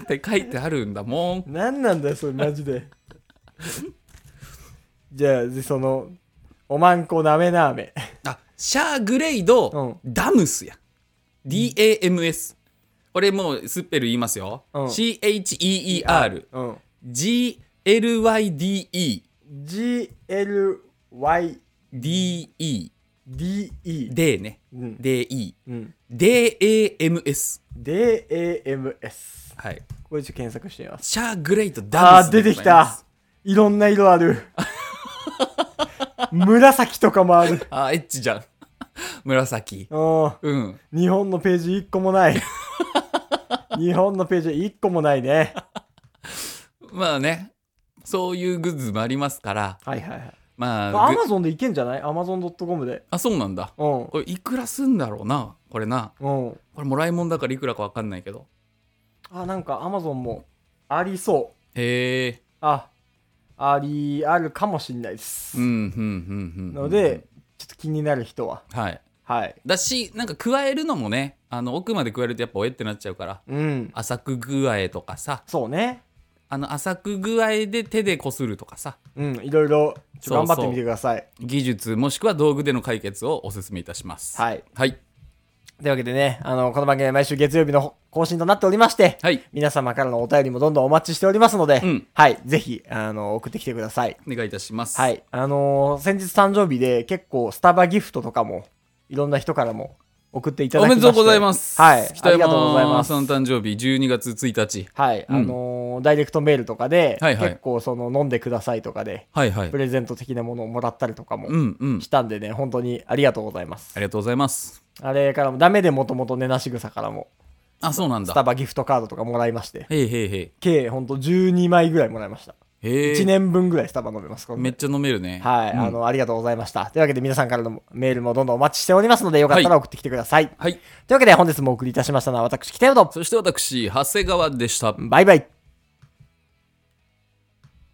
Speaker 1: て書いてあるんだもん
Speaker 2: なんなんだよ、それマジ [LAUGHS] で。じゃあ、でその、おまんこなめなめ。
Speaker 1: あシャーグレード、ダムスや DAMS これもうスペル言いますよ、
Speaker 2: うん
Speaker 1: CHEER
Speaker 2: うん。
Speaker 1: GLYDE
Speaker 2: GLYDE。
Speaker 1: DE でね
Speaker 2: うん。
Speaker 1: DE
Speaker 2: うん。
Speaker 1: DAMS
Speaker 2: DAMS。
Speaker 1: はい
Speaker 2: これちょっと検索してみます。
Speaker 1: シャーグレートダ
Speaker 2: [LAUGHS] あ
Speaker 1: ム
Speaker 2: ー
Speaker 1: ス
Speaker 2: 出てきたいろんな色あ [LAUGHS] る紫とかもある
Speaker 1: あーエッチじゃん [LAUGHS] 紫
Speaker 2: うん
Speaker 1: うん
Speaker 2: 日本のページ1個もない日本のページ1個もないね
Speaker 1: まあねそういうグッズもありますから
Speaker 2: はいはいはい
Speaker 1: まあ
Speaker 2: ア
Speaker 1: ぐ
Speaker 2: マゾンでいけんじゃないアマゾン .com で
Speaker 1: あそうなんだ
Speaker 2: うん
Speaker 1: これいくらすんだろうなこれな
Speaker 2: うん
Speaker 1: これもらいもんだからいくらかわかんないけど
Speaker 2: あなんかアマゾンもありそ
Speaker 1: へえ
Speaker 2: あ、あり、あるかもしれないです。
Speaker 1: うんうんうんうんうん
Speaker 2: ので、ちょっと気になる人は。
Speaker 1: はい
Speaker 2: はい。
Speaker 1: だしなんか加えるのもねあの奥まで加えるとやっぱおえってなっちゃうから
Speaker 2: うん。
Speaker 1: 浅く具合とかさ
Speaker 2: そうね。
Speaker 1: あの浅く具合で手でこするとかさ
Speaker 2: うん。いろいろ、ちょ
Speaker 1: そうそう
Speaker 2: 頑張ってみてください。
Speaker 1: 技術もしくは道具での解決をお勧めいたします
Speaker 2: はい。
Speaker 1: はい
Speaker 2: というわけでね、あの、この番組は毎週月曜日の更新となっておりまして、
Speaker 1: はい
Speaker 2: 皆様からのお便りもどんどんお待ちしておりますので、
Speaker 1: うん
Speaker 2: はい。ぜひ、あの、送ってきてください。
Speaker 1: お願いいたします
Speaker 2: はい。あのー先日誕生日で結構スタバギフトとかも、いろんな人からも送っていただ
Speaker 1: お
Speaker 2: き
Speaker 1: め
Speaker 2: ま
Speaker 1: で
Speaker 2: して
Speaker 1: とうございます
Speaker 2: はい。
Speaker 1: 北
Speaker 2: ありがとうござい
Speaker 1: 山
Speaker 2: ます
Speaker 1: さ。んの誕生日12月1日
Speaker 2: はい、
Speaker 1: うん
Speaker 2: あのーダイレクトメールとかで、
Speaker 1: はいはい
Speaker 2: 結構その飲んでくださいとかで、
Speaker 1: はいはい
Speaker 2: プレゼント的なものをもらったりとかも
Speaker 1: うんうん
Speaker 2: したんでね、本当にありがとうございます
Speaker 1: あ。りがとうございます
Speaker 2: あれからも、ダメでもともとねなし草からも、
Speaker 1: あそうなん
Speaker 2: ス
Speaker 1: だ
Speaker 2: タバギフトカードとかもらいまして、
Speaker 1: へいへいへい
Speaker 2: 計本当12枚ぐらいもらいました。
Speaker 1: へえ
Speaker 2: 1年分ぐらいスタバ飲めます、これ
Speaker 1: めっちゃ飲めるね
Speaker 2: はい、
Speaker 1: うん
Speaker 2: あの、ありがとうございました。というわけで皆さんからのメールもどんどんお待ちしておりますので、よかったら送ってきてください。
Speaker 1: はい
Speaker 2: というわけで本日もお送りいたしましたのは私、北山と、
Speaker 1: そして私長谷川でした
Speaker 2: バイバイ。